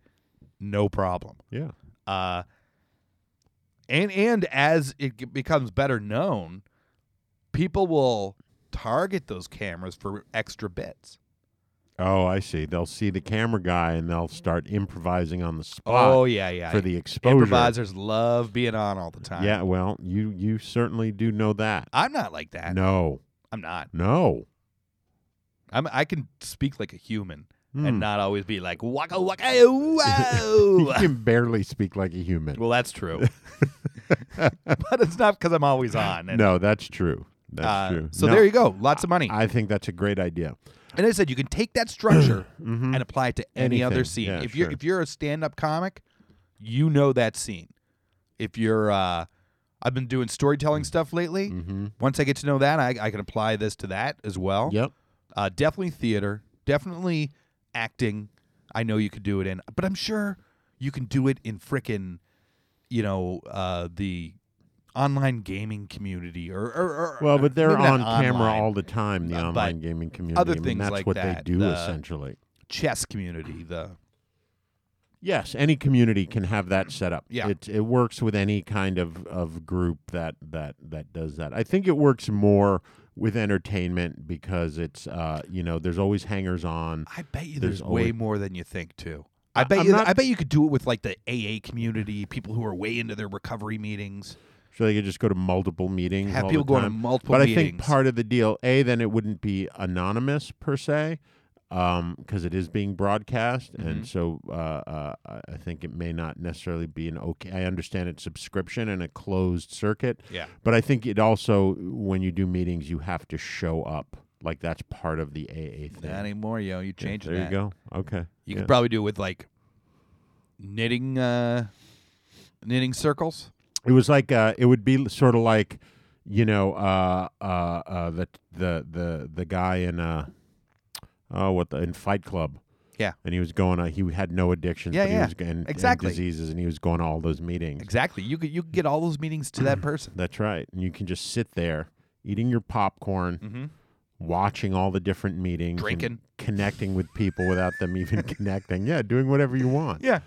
[SPEAKER 7] no problem.
[SPEAKER 6] yeah.
[SPEAKER 7] uh, and and as it g- becomes better known, people will target those cameras for extra bits.
[SPEAKER 6] Oh, I see. They'll see the camera guy and they'll start improvising on the spot.
[SPEAKER 7] Oh yeah, yeah.
[SPEAKER 6] for the exposure.
[SPEAKER 7] improvisers love being on all the time.
[SPEAKER 6] Yeah, well, you you certainly do know that.
[SPEAKER 7] I'm not like that.
[SPEAKER 6] No.
[SPEAKER 7] I'm not.
[SPEAKER 6] No.
[SPEAKER 7] I'm I can speak like a human and not always be like waka waka wow.
[SPEAKER 6] (laughs) You
[SPEAKER 7] (laughs)
[SPEAKER 6] can barely speak like a human.
[SPEAKER 7] well, that's (laughs) true, but it's not because I'm always on. And,
[SPEAKER 6] no, that's true. That's
[SPEAKER 7] uh,
[SPEAKER 6] true.
[SPEAKER 7] So
[SPEAKER 6] No,
[SPEAKER 7] there you go, lots of money.
[SPEAKER 6] I think that's a great idea.
[SPEAKER 7] And as I said, you can take that
[SPEAKER 6] (clears throat)
[SPEAKER 7] structure and apply it to any
[SPEAKER 6] Anything.
[SPEAKER 7] other scene.
[SPEAKER 6] Yeah,
[SPEAKER 7] if you're
[SPEAKER 6] sure.
[SPEAKER 7] if you're a stand up comic, you know that scene. If you're, uh, I've been doing storytelling stuff lately.
[SPEAKER 6] Mm-hmm.
[SPEAKER 7] Once I get to know that, I, I can apply this to that as well.
[SPEAKER 6] Yep.
[SPEAKER 7] Uh, definitely theater. Definitely acting. I know you could do it in, but I'm sure you can do it in frickin', you know, uh, the online gaming community or, or, or
[SPEAKER 6] Well, but they're
[SPEAKER 7] maybe not
[SPEAKER 6] on camera
[SPEAKER 7] online.
[SPEAKER 6] all the time, the
[SPEAKER 7] uh, but
[SPEAKER 6] online gaming community.
[SPEAKER 7] other
[SPEAKER 6] I mean,
[SPEAKER 7] things
[SPEAKER 6] that's
[SPEAKER 7] like
[SPEAKER 6] what
[SPEAKER 7] that,
[SPEAKER 6] they do
[SPEAKER 7] the-
[SPEAKER 6] essentially.
[SPEAKER 7] chess community. The
[SPEAKER 6] Yes, any community can have that set up.
[SPEAKER 7] Yeah.
[SPEAKER 6] It it works with any kind of, of group that, that that does that. I think it works more with entertainment because it's uh you know, there's always hangers on.
[SPEAKER 7] I bet you
[SPEAKER 6] There's
[SPEAKER 7] there's, way
[SPEAKER 6] always-
[SPEAKER 7] more than you think too. I
[SPEAKER 6] I'm
[SPEAKER 7] bet you.
[SPEAKER 6] not-
[SPEAKER 7] I bet you could do it with like the AA community, people who are way into their recovery meetings.
[SPEAKER 6] So they could just go to multiple meetings.
[SPEAKER 7] Have
[SPEAKER 6] all
[SPEAKER 7] people
[SPEAKER 6] the
[SPEAKER 7] going to
[SPEAKER 6] time.
[SPEAKER 7] multiple
[SPEAKER 6] But I think
[SPEAKER 7] meetings.
[SPEAKER 6] part of the deal, a, then it wouldn't be anonymous per se, because it is being broadcast,
[SPEAKER 7] Mm-hmm.
[SPEAKER 6] and so uh, uh, I I think it may not necessarily be an okay. I understand it's subscription and a closed circuit.
[SPEAKER 7] Yeah.
[SPEAKER 6] But I think it also, when you do meetings, you have to show up. Like that's part of the AA thing.
[SPEAKER 7] Not anymore, yo. You
[SPEAKER 6] Yeah,
[SPEAKER 7] changed
[SPEAKER 6] there you go. Okay.
[SPEAKER 7] You
[SPEAKER 6] Yeah.
[SPEAKER 7] could probably do it with like knitting, uh knitting circles.
[SPEAKER 6] It was like uh, it would be sort of like, you know, uh, uh, uh, the the the the guy in uh, oh, what the in Fight Club,
[SPEAKER 7] Yeah,
[SPEAKER 6] and he was going. Uh, he had no addictions,
[SPEAKER 7] Yeah,
[SPEAKER 6] but he
[SPEAKER 7] yeah.
[SPEAKER 6] was g- and, and
[SPEAKER 7] Exactly.
[SPEAKER 6] diseases, and he was going to all those meetings.
[SPEAKER 7] exactly. You could you could get all those meetings to
[SPEAKER 6] (clears throat)
[SPEAKER 7] that person.
[SPEAKER 6] That's right, and you can just sit there eating your popcorn. Watching all the different meetings, and
[SPEAKER 7] Mm-hmm. Drinking.
[SPEAKER 6] connecting with people without them even (laughs) connecting. Yeah, doing whatever you want.
[SPEAKER 7] Yeah.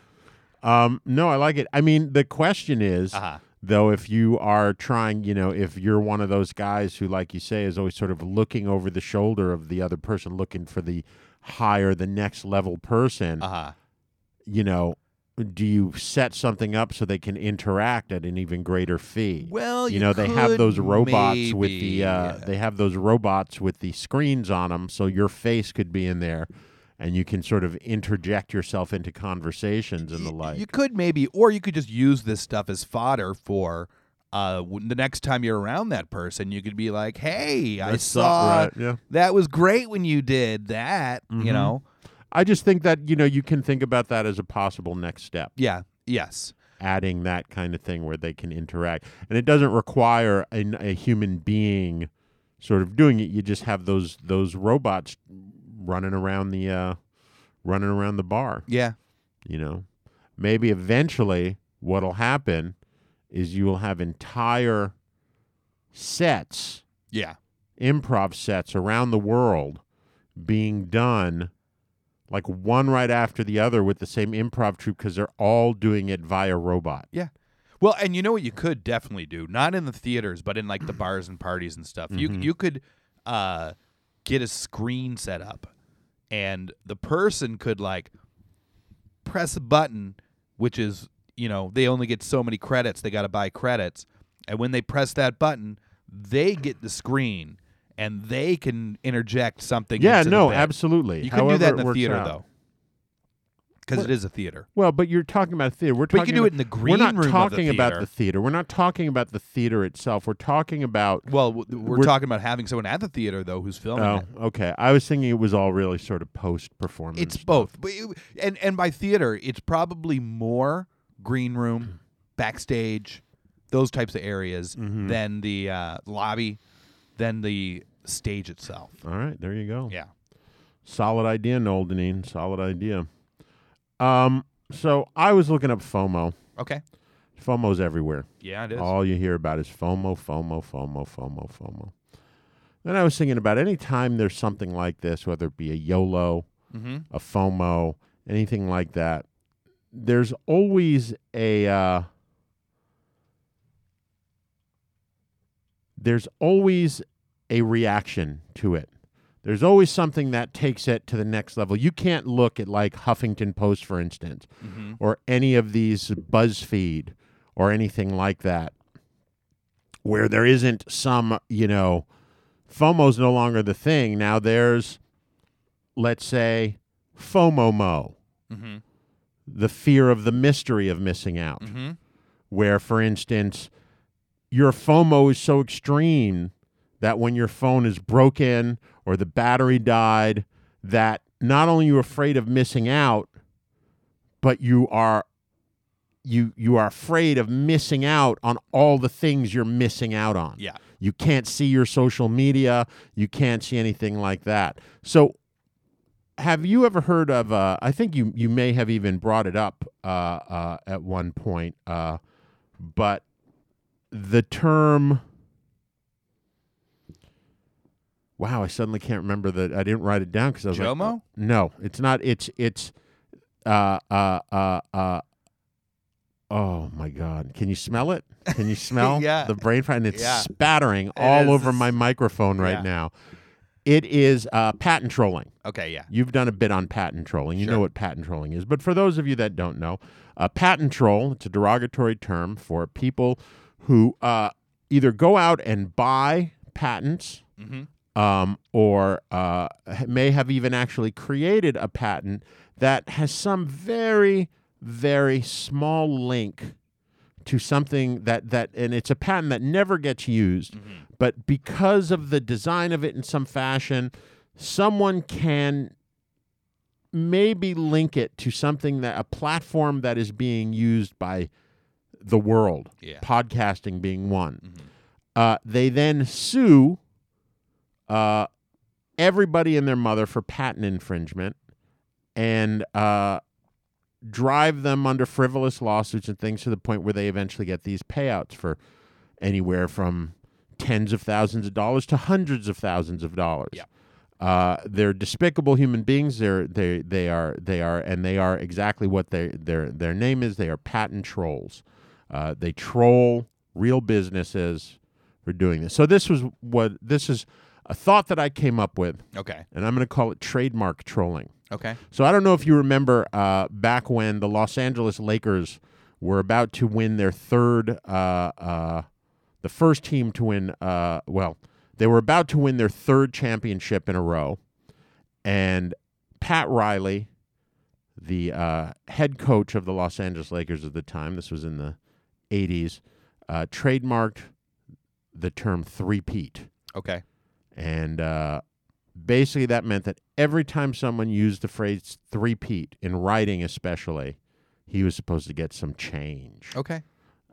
[SPEAKER 6] Um, no, I like it. I mean, the question is
[SPEAKER 7] Uh-huh.
[SPEAKER 6] Though if you are trying, you know, if you're one of those guys who, like you say, is always sort of looking over the shoulder of the other person, looking for the higher, the next level person,
[SPEAKER 7] Uh-huh.
[SPEAKER 6] you know, do you set something up so they can interact at an even greater fee?
[SPEAKER 7] Well,
[SPEAKER 6] you,
[SPEAKER 7] you
[SPEAKER 6] know, they have
[SPEAKER 7] could
[SPEAKER 6] those robots with the
[SPEAKER 7] maybe,
[SPEAKER 6] uh,
[SPEAKER 7] yeah.
[SPEAKER 6] they have those robots with the screens on them, so your face could be in there, and you can sort of interject yourself into conversations and the like.
[SPEAKER 7] You could maybe, or you could just use this stuff as fodder for uh, w- the next time you're around that person. You could be like, "Hey, I
[SPEAKER 6] That's so-
[SPEAKER 7] saw
[SPEAKER 6] right, yeah.
[SPEAKER 7] that was great when you did that."
[SPEAKER 6] Mm-hmm.
[SPEAKER 7] You know,
[SPEAKER 6] I just think that you know you can think about that as a possible next step,
[SPEAKER 7] yeah, yes,
[SPEAKER 6] adding that kind of thing where they can interact, and it doesn't require an, a human being sort of doing it. You just have those those robots running around the uh, running around the bar.
[SPEAKER 7] yeah,
[SPEAKER 6] You know, maybe eventually what'll happen is you will have entire sets,
[SPEAKER 7] yeah,
[SPEAKER 6] improv sets around the world being done like one right after the other with the same improv troupe because they're all doing it via robot.
[SPEAKER 7] yeah. Well, and you know what you could definitely do, not in the theaters, but in like the bars and parties and stuff.
[SPEAKER 6] Mm-hmm.
[SPEAKER 7] You you could uh, get a screen set up, and the person could like press a button, which is, you know, they only get so many credits. They got to buy credits. And when they press that button, they get the screen and they can interject something.
[SPEAKER 6] Yeah,
[SPEAKER 7] into the
[SPEAKER 6] no,
[SPEAKER 7] bit.
[SPEAKER 6] absolutely.
[SPEAKER 7] You can
[SPEAKER 6] However
[SPEAKER 7] do that in
[SPEAKER 6] it
[SPEAKER 7] the
[SPEAKER 6] works
[SPEAKER 7] theater,
[SPEAKER 6] out.
[SPEAKER 7] though. Because it is a theater.
[SPEAKER 6] Well, but you're talking about theater. We're
[SPEAKER 7] But you
[SPEAKER 6] talking
[SPEAKER 7] can do it
[SPEAKER 6] about-
[SPEAKER 7] in the
[SPEAKER 6] We're
[SPEAKER 7] green
[SPEAKER 6] not
[SPEAKER 7] room of the
[SPEAKER 6] talking about
[SPEAKER 7] theater.
[SPEAKER 6] the theater. We're not talking about the theater itself. We're talking about
[SPEAKER 7] Well, w- we're,
[SPEAKER 6] We're-
[SPEAKER 7] talking about having someone at the theater, though, who's filming
[SPEAKER 6] Oh,
[SPEAKER 7] it.
[SPEAKER 6] okay. I was thinking it was all really sort of post performance.
[SPEAKER 7] It's both. But you- And, and by theater, it's probably more green room,
[SPEAKER 6] (clears throat)
[SPEAKER 7] backstage, those types of areas
[SPEAKER 6] Mm-hmm.
[SPEAKER 7] than the uh, lobby, than the stage itself.
[SPEAKER 6] all right. There you go.
[SPEAKER 7] Yeah.
[SPEAKER 6] Solid idea, Noel Deneen. Solid idea. Um. So I was looking up FOMO.
[SPEAKER 7] Okay.
[SPEAKER 6] FOMO's everywhere.
[SPEAKER 7] Yeah, it is.
[SPEAKER 6] All you hear about is FOMO, FOMO, FOMO, FOMO, FOMO. Then I was thinking about any time there's something like this, whether it be a YOLO, a FOMO, anything like that. There's always a uh, there's always a reaction to it. There's always something that takes it to the next level. You can't look at like Huffington Post, for instance, or any of these BuzzFeed or anything like that, where there isn't some, you know, FOMO's no longer the thing. Now there's, let's say, FOMOMO, the fear of the mystery of missing out, where, for instance, your FOMO is so extreme that when your phone is broken or the battery died, that not only you're afraid of missing out, but you are you you are afraid of missing out on all the things you're missing out on.
[SPEAKER 7] Yeah.
[SPEAKER 6] You can't see your social media, you can't see anything like that. So have you ever heard of uh, I think you you may have even brought it up uh, uh, at one point uh, but the term wow i suddenly can't remember that i didn't write it down because i was like
[SPEAKER 7] Jomo?
[SPEAKER 6] oh, no it's not it's it's uh uh uh uh oh my god can you smell it
[SPEAKER 7] (laughs)
[SPEAKER 6] can you smell
[SPEAKER 7] Yeah.
[SPEAKER 6] the brain fry and it's
[SPEAKER 7] Yeah.
[SPEAKER 6] spattering all
[SPEAKER 7] is.
[SPEAKER 6] over
[SPEAKER 7] It's-
[SPEAKER 6] my microphone right
[SPEAKER 7] Yeah.
[SPEAKER 6] now it is uh patent trolling
[SPEAKER 7] Okay, yeah.
[SPEAKER 6] You've done a bit on patent trolling. You know
[SPEAKER 7] Sure.
[SPEAKER 6] what patent trolling is. But for those of you that don't know, a patent troll, it's a derogatory term for people who uh, either go out and buy patents
[SPEAKER 7] Mm-hmm.
[SPEAKER 6] um, or uh, ha- may have even actually created a patent that has some very, very small link to something that that and it's a patent that never gets used but because of the design of it in some fashion someone can maybe link it to something that a platform that is being used by the world
[SPEAKER 7] Yeah.
[SPEAKER 6] podcasting being one uh, they then sue uh, everybody and their mother for patent infringement and uh, drive them under frivolous lawsuits and things to the point where they eventually get these payouts for anywhere from tens of thousands of dollars to hundreds of thousands of dollars.
[SPEAKER 7] Yeah.
[SPEAKER 6] Uh, they're despicable human beings. They're they they are they are and they are exactly what they their their name is. They are patent trolls. Uh, they troll real businesses for doing this. So this was what this is a thought that I came up with,
[SPEAKER 7] Okay.
[SPEAKER 6] and I'm going to call it trademark trolling.
[SPEAKER 7] Okay.
[SPEAKER 6] So I don't know if you remember uh, back when the Los Angeles Lakers were about to win their third, uh, uh, the first team to win. Uh, well, they were about to win their third championship in a row, and Pat Riley, the uh, head coach of the Los Angeles Lakers at the time, this was in the '80s, uh, trademarked the term three-peat.
[SPEAKER 7] Okay.
[SPEAKER 6] And uh, basically, that meant that every time someone used the phrase three-peat, in writing especially, he was supposed to get some change.
[SPEAKER 7] Okay.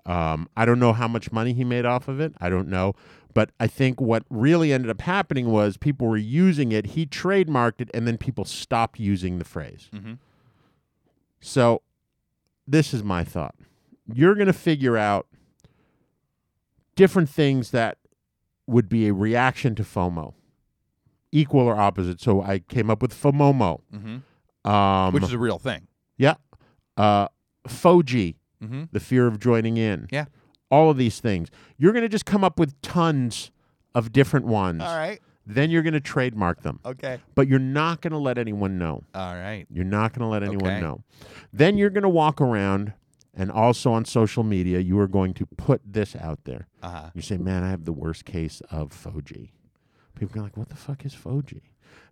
[SPEAKER 6] Um, I don't know how much money he made off of it. I don't know. But I think what really ended up happening was people were using it. He trademarked it, and then people stopped using the phrase.
[SPEAKER 7] Mhm.
[SPEAKER 6] So this is my thought. You're going to figure out different things that would be a reaction to FOMO, equal or opposite. So I came up with FOMOMO.
[SPEAKER 7] Mhm.
[SPEAKER 6] Um,
[SPEAKER 7] Which is a real
[SPEAKER 6] (laughs)
[SPEAKER 7] thing.
[SPEAKER 6] yeah. Uh, FOGI,
[SPEAKER 7] Mhm.
[SPEAKER 6] the fear of joining in.
[SPEAKER 7] Yeah.
[SPEAKER 6] All of these things. You're going to just come up with tons of different ones.
[SPEAKER 7] right.
[SPEAKER 6] Then you're going to trademark them.
[SPEAKER 7] Okay.
[SPEAKER 6] But you're not going to let anyone know.
[SPEAKER 7] All right.
[SPEAKER 6] You're not going to let anyone
[SPEAKER 7] Okay.
[SPEAKER 6] know. Then you're going to walk around and also on social media, you are going to put this out there.
[SPEAKER 7] Uh-huh.
[SPEAKER 6] You say, man, I have the worst case of FOGI. People are like, what the fuck is FOGI?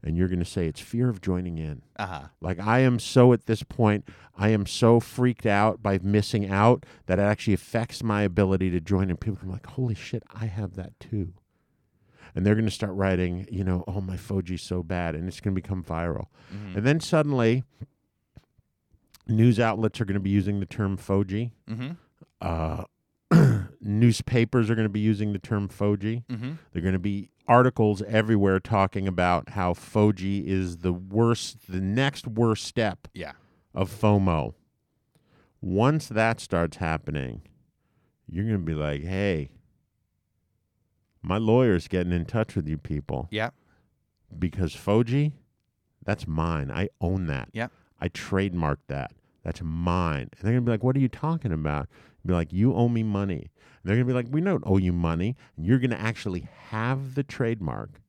[SPEAKER 6] And you're going to say, it's fear of joining in.
[SPEAKER 7] Uh-huh.
[SPEAKER 6] Like I am so at this point, I am so freaked out by missing out that it actually affects my ability to join. And people are like, "Holy shit, I have that too," and they're going to start writing, you know, "Oh my Foji's so bad," and it's going to become viral. And then suddenly, news outlets are going to be using the term Foji.
[SPEAKER 7] Mhm.
[SPEAKER 6] Uh, (clears throat) newspapers are going to be using the term Foji.
[SPEAKER 7] Mhm.
[SPEAKER 6] There are going to be articles everywhere talking about how Foji is the worst, the next worst step
[SPEAKER 7] Yeah.
[SPEAKER 6] of FOMO. Once that starts happening, you're going to be like, hey, my lawyer's getting in touch with you people
[SPEAKER 7] Yeah.
[SPEAKER 6] because Foji, that's mine. I own that.
[SPEAKER 7] Yeah.
[SPEAKER 6] I trademarked that. That's mine. And they're gonna be like, "What are you talking about?" be like, "You owe me money." And they're gonna be like, "We don't owe you money. And you're gonna actually have the trademark,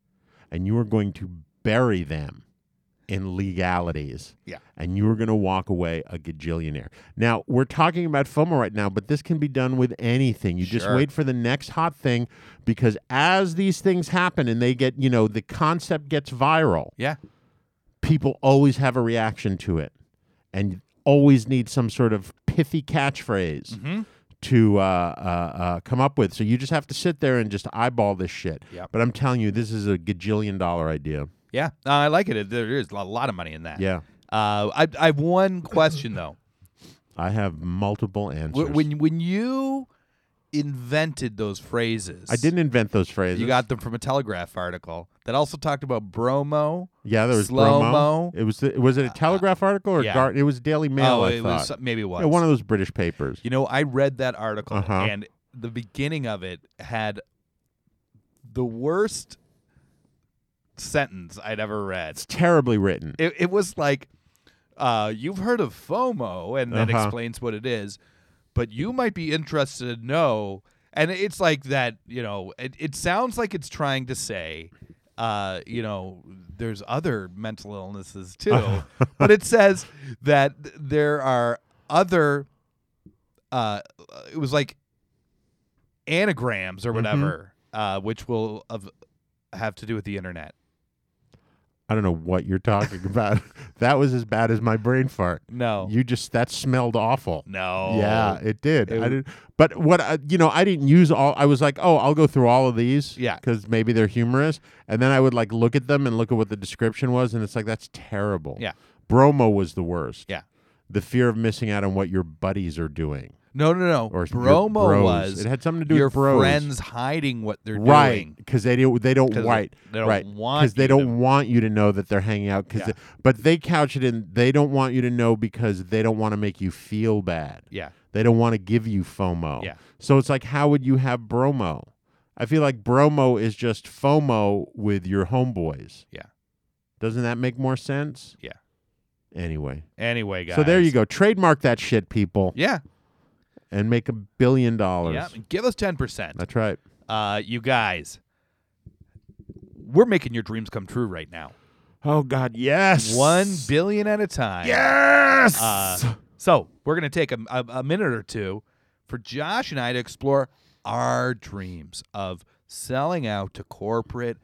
[SPEAKER 6] and you are going to bury them in legalities."
[SPEAKER 7] Yeah.
[SPEAKER 6] And you are gonna walk away a gajillionaire. Now we're talking about FOMO right now, but this can be done with anything. You just
[SPEAKER 7] Sure.
[SPEAKER 6] wait for the next hot thing, because as these things happen and they get, you know, the concept gets viral
[SPEAKER 7] Yeah.
[SPEAKER 6] people always have a reaction to it and always need some sort of pithy catchphrase
[SPEAKER 7] Mm-hmm.
[SPEAKER 6] to uh, uh, uh, come up with. So you just have to sit there and just eyeball this shit.
[SPEAKER 7] Yep.
[SPEAKER 6] But I'm telling you, this is a gajillion dollar idea.
[SPEAKER 7] Yeah. Uh, I like it. There is a lot of money in that.
[SPEAKER 6] Yeah.
[SPEAKER 7] Uh, I, I have
[SPEAKER 6] (coughs)
[SPEAKER 7] one question though.
[SPEAKER 6] I have multiple answers.
[SPEAKER 7] Wh- When when you invented those phrases,
[SPEAKER 6] I didn't invent those phrases.
[SPEAKER 7] You got them from a Telegraph article that also talked about bromo.
[SPEAKER 6] yeah. There was
[SPEAKER 7] slow-mo. Uh,
[SPEAKER 6] Bromo. It was was it a Telegraph article or
[SPEAKER 7] yeah.
[SPEAKER 6] Gar- it was Daily Mail?
[SPEAKER 7] oh,
[SPEAKER 6] I
[SPEAKER 7] it
[SPEAKER 6] thought.
[SPEAKER 7] was maybe it was
[SPEAKER 6] Yeah, one of those British papers.
[SPEAKER 7] You know, I read that article
[SPEAKER 6] Uh-huh.
[SPEAKER 7] and the beginning of it had the worst sentence I'd ever read.
[SPEAKER 6] Terribly written.
[SPEAKER 7] It, it was like, uh, you've heard of FOMO, and that
[SPEAKER 6] Uh-huh.
[SPEAKER 7] explains what it is, but you might be interested to know. And it's like that, you know, it, it sounds like it's trying to say, uh, you know, there's other mental illnesses
[SPEAKER 6] (laughs)
[SPEAKER 7] too, but it says that th- there are other, uh, it was like anagrams
[SPEAKER 6] Mm-hmm.
[SPEAKER 7] or whatever, uh, which will of, have to do with the internet.
[SPEAKER 6] I don't know what you're talking (laughs) about. that was as bad as my brain fart.
[SPEAKER 7] No.
[SPEAKER 6] You just that smelled awful.
[SPEAKER 7] no.
[SPEAKER 6] Yeah, it did. I
[SPEAKER 7] It-
[SPEAKER 6] did. But what I, you know, I didn't use all. I was like, oh, I'll go through all of these.
[SPEAKER 7] Yeah.
[SPEAKER 6] because maybe they're humorous. And then I would like look at them and look at what the description was, and it's like that's terrible.
[SPEAKER 7] Yeah.
[SPEAKER 6] Bromo was the worst.
[SPEAKER 7] Yeah.
[SPEAKER 6] The fear of missing out on what your buddies are doing.
[SPEAKER 7] No, no, no.
[SPEAKER 6] Or your
[SPEAKER 7] bromo
[SPEAKER 6] bros.
[SPEAKER 7] was
[SPEAKER 6] It had something to do with
[SPEAKER 7] your
[SPEAKER 6] bros.
[SPEAKER 7] friends hiding what they're
[SPEAKER 6] right
[SPEAKER 7] doing.
[SPEAKER 6] because they don't they don't
[SPEAKER 7] 'Cause
[SPEAKER 6] right
[SPEAKER 7] they don't
[SPEAKER 6] right
[SPEAKER 7] want
[SPEAKER 6] they
[SPEAKER 7] you
[SPEAKER 6] don't
[SPEAKER 7] to-
[SPEAKER 6] want you to know that they're hanging out because
[SPEAKER 7] Yeah.
[SPEAKER 6] but they couch it in they don't want you to know because they don't want to make you feel bad
[SPEAKER 7] Yeah.
[SPEAKER 6] they don't want to give you FOMO
[SPEAKER 7] Yeah.
[SPEAKER 6] so it's like how would you have bromo I feel like bromo is just FOMO with your homeboys
[SPEAKER 7] Yeah.
[SPEAKER 6] doesn't that make more sense
[SPEAKER 7] Yeah.
[SPEAKER 6] anyway
[SPEAKER 7] Anyway, guys.
[SPEAKER 6] so there you go trademark that shit people
[SPEAKER 7] Yeah.
[SPEAKER 6] and make a billion dollars.
[SPEAKER 7] Yeah, give us 10%.
[SPEAKER 6] That's right.
[SPEAKER 7] Uh, you guys, we're making your dreams come true right now.
[SPEAKER 6] Oh God, yes.
[SPEAKER 7] 1 billion at a time.
[SPEAKER 6] Yes.
[SPEAKER 7] Uh, (laughs) so we're going to take a, a, a minute or two for Josh and I to explore our dreams of selling out to corporate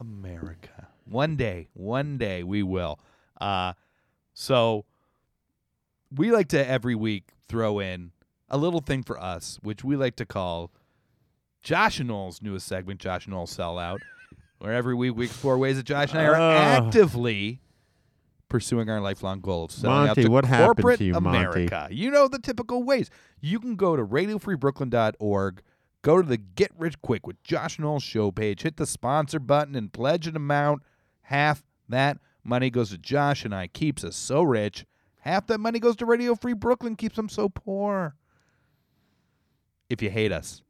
[SPEAKER 7] America. One day, one day we will. Uh, so we like to every week throw in a little thing for us, which we like to call Josh and Noel's newest segment, Josh and Noel Sellout, where every week we explore ways that Josh and I are
[SPEAKER 6] Ugh.
[SPEAKER 7] actively pursuing our lifelong goal of selling out
[SPEAKER 6] Monty,
[SPEAKER 7] to
[SPEAKER 6] what happened to
[SPEAKER 7] corporate
[SPEAKER 6] you, Monty?
[SPEAKER 7] America. You know the typical ways. You can go to radiofreebrooklyn.org, go to the Get Rich Quick with Josh and Noel show page, hit the sponsor button, and pledge an amount. Half that money goes to Josh and I, keeps us so rich. Half that money goes to Radio Free Brooklyn, keeps them so poor. If you hate us,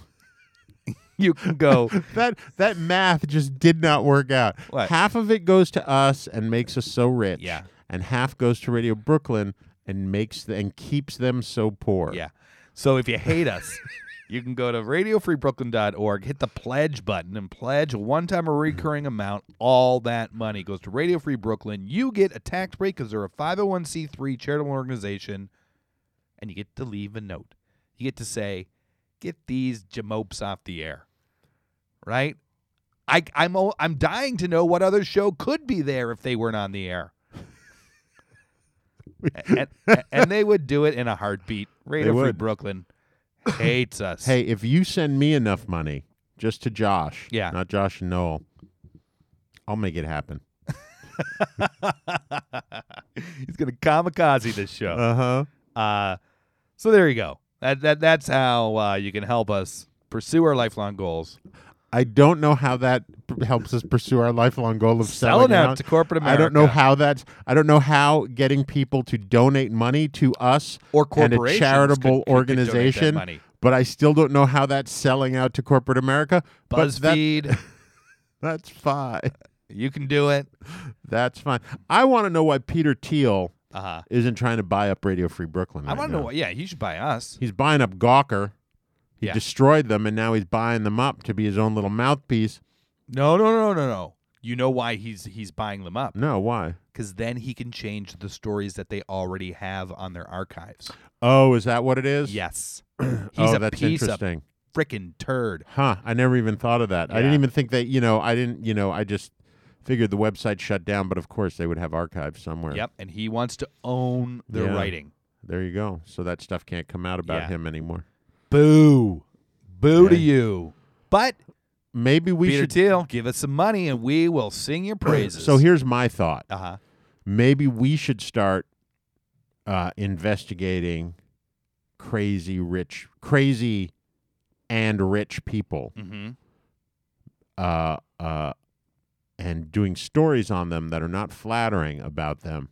[SPEAKER 7] (laughs) you can go.
[SPEAKER 6] (laughs) that that math just did not work out.
[SPEAKER 7] What?
[SPEAKER 6] Half of it goes to us and makes us so rich.
[SPEAKER 7] Yeah.
[SPEAKER 6] And half goes to Radio Brooklyn and makes the, and keeps them so poor.
[SPEAKER 7] Yeah. So if you hate us, you can go to radiofreebrooklyn.org, hit the pledge button, and pledge a one time or recurring amount. All that money goes to Radio Free Brooklyn. You get a tax break because they're a 501c3 charitable organization, and you get to leave a note. You get to say, get these jamopes off the air, right? I, I'm, o- I'm dying to know what other show could be there if they weren't on the
[SPEAKER 6] (laughs)
[SPEAKER 7] air. and, and they would do it in a heartbeat. Radio Free
[SPEAKER 6] would.
[SPEAKER 7] Brooklyn hates us. (laughs)
[SPEAKER 6] Hey, if you send me enough money, just to Josh,
[SPEAKER 7] Yeah.
[SPEAKER 6] not Josh and Noel, I'll make it happen.
[SPEAKER 7] he's gonna kamikaze this show.
[SPEAKER 6] Uh huh.
[SPEAKER 7] Uh, so there you go. That that that's how uh, you can help us pursue our lifelong goals.
[SPEAKER 6] I don't know how that p- helps us pursue our lifelong goal of
[SPEAKER 7] Selling
[SPEAKER 6] selling,
[SPEAKER 7] out to corporate
[SPEAKER 6] I don't know
[SPEAKER 7] America.
[SPEAKER 6] how that's. I don't know how getting people to donate money to us
[SPEAKER 7] Or
[SPEAKER 6] and a
[SPEAKER 7] corporations
[SPEAKER 6] charitable
[SPEAKER 7] could- could- could donate that
[SPEAKER 6] organization.
[SPEAKER 7] money.
[SPEAKER 6] But I still don't know how that's selling out to corporate America. But that-
[SPEAKER 7] BuzzFeed,
[SPEAKER 6] that's fine. (laughs)
[SPEAKER 7] you can do it.
[SPEAKER 6] That's fine. I want to know why Peter Thiel
[SPEAKER 7] Uh huh.
[SPEAKER 6] isn't trying to buy up Radio Free Brooklyn.
[SPEAKER 7] I
[SPEAKER 6] right
[SPEAKER 7] want to know.
[SPEAKER 6] now.
[SPEAKER 7] What, yeah, he should buy us.
[SPEAKER 6] He's buying up Gawker. He
[SPEAKER 7] Yeah.
[SPEAKER 6] destroyed them, and now he's buying them up to be his own little mouthpiece.
[SPEAKER 7] No, no, no, no, no. You know why he's he's buying them up?
[SPEAKER 6] No, why?
[SPEAKER 7] Because then he can change the stories that they already have on their
[SPEAKER 6] (clears throat)
[SPEAKER 7] archives.
[SPEAKER 6] Oh, is that what it is?
[SPEAKER 7] Yes, he's
[SPEAKER 6] Oh,
[SPEAKER 7] a
[SPEAKER 6] that's
[SPEAKER 7] piece
[SPEAKER 6] interesting.
[SPEAKER 7] of frickin' turd.
[SPEAKER 6] Huh. I never even thought of that. I didn't
[SPEAKER 7] Yeah.
[SPEAKER 6] even think that, you know, I didn't, you know, I just figured the website shut down, but of course they would have archives somewhere.
[SPEAKER 7] Yep, and he wants to own their
[SPEAKER 6] Yeah.
[SPEAKER 7] writing.
[SPEAKER 6] There you go. So that stuff can't come out about
[SPEAKER 7] Yeah.
[SPEAKER 6] him anymore.
[SPEAKER 7] Boo. Boo to
[SPEAKER 6] Okay.
[SPEAKER 7] you. But
[SPEAKER 6] Maybe we
[SPEAKER 7] Peter
[SPEAKER 6] should.
[SPEAKER 7] Thiel, give us some money and we will sing your praises.
[SPEAKER 6] (clears throat) So here's my thought.
[SPEAKER 7] uh huh.
[SPEAKER 6] Maybe we should start uh, investigating crazy rich, crazy and rich people
[SPEAKER 7] Mm-hmm.
[SPEAKER 6] uh, uh, and doing stories on them that are not flattering about them.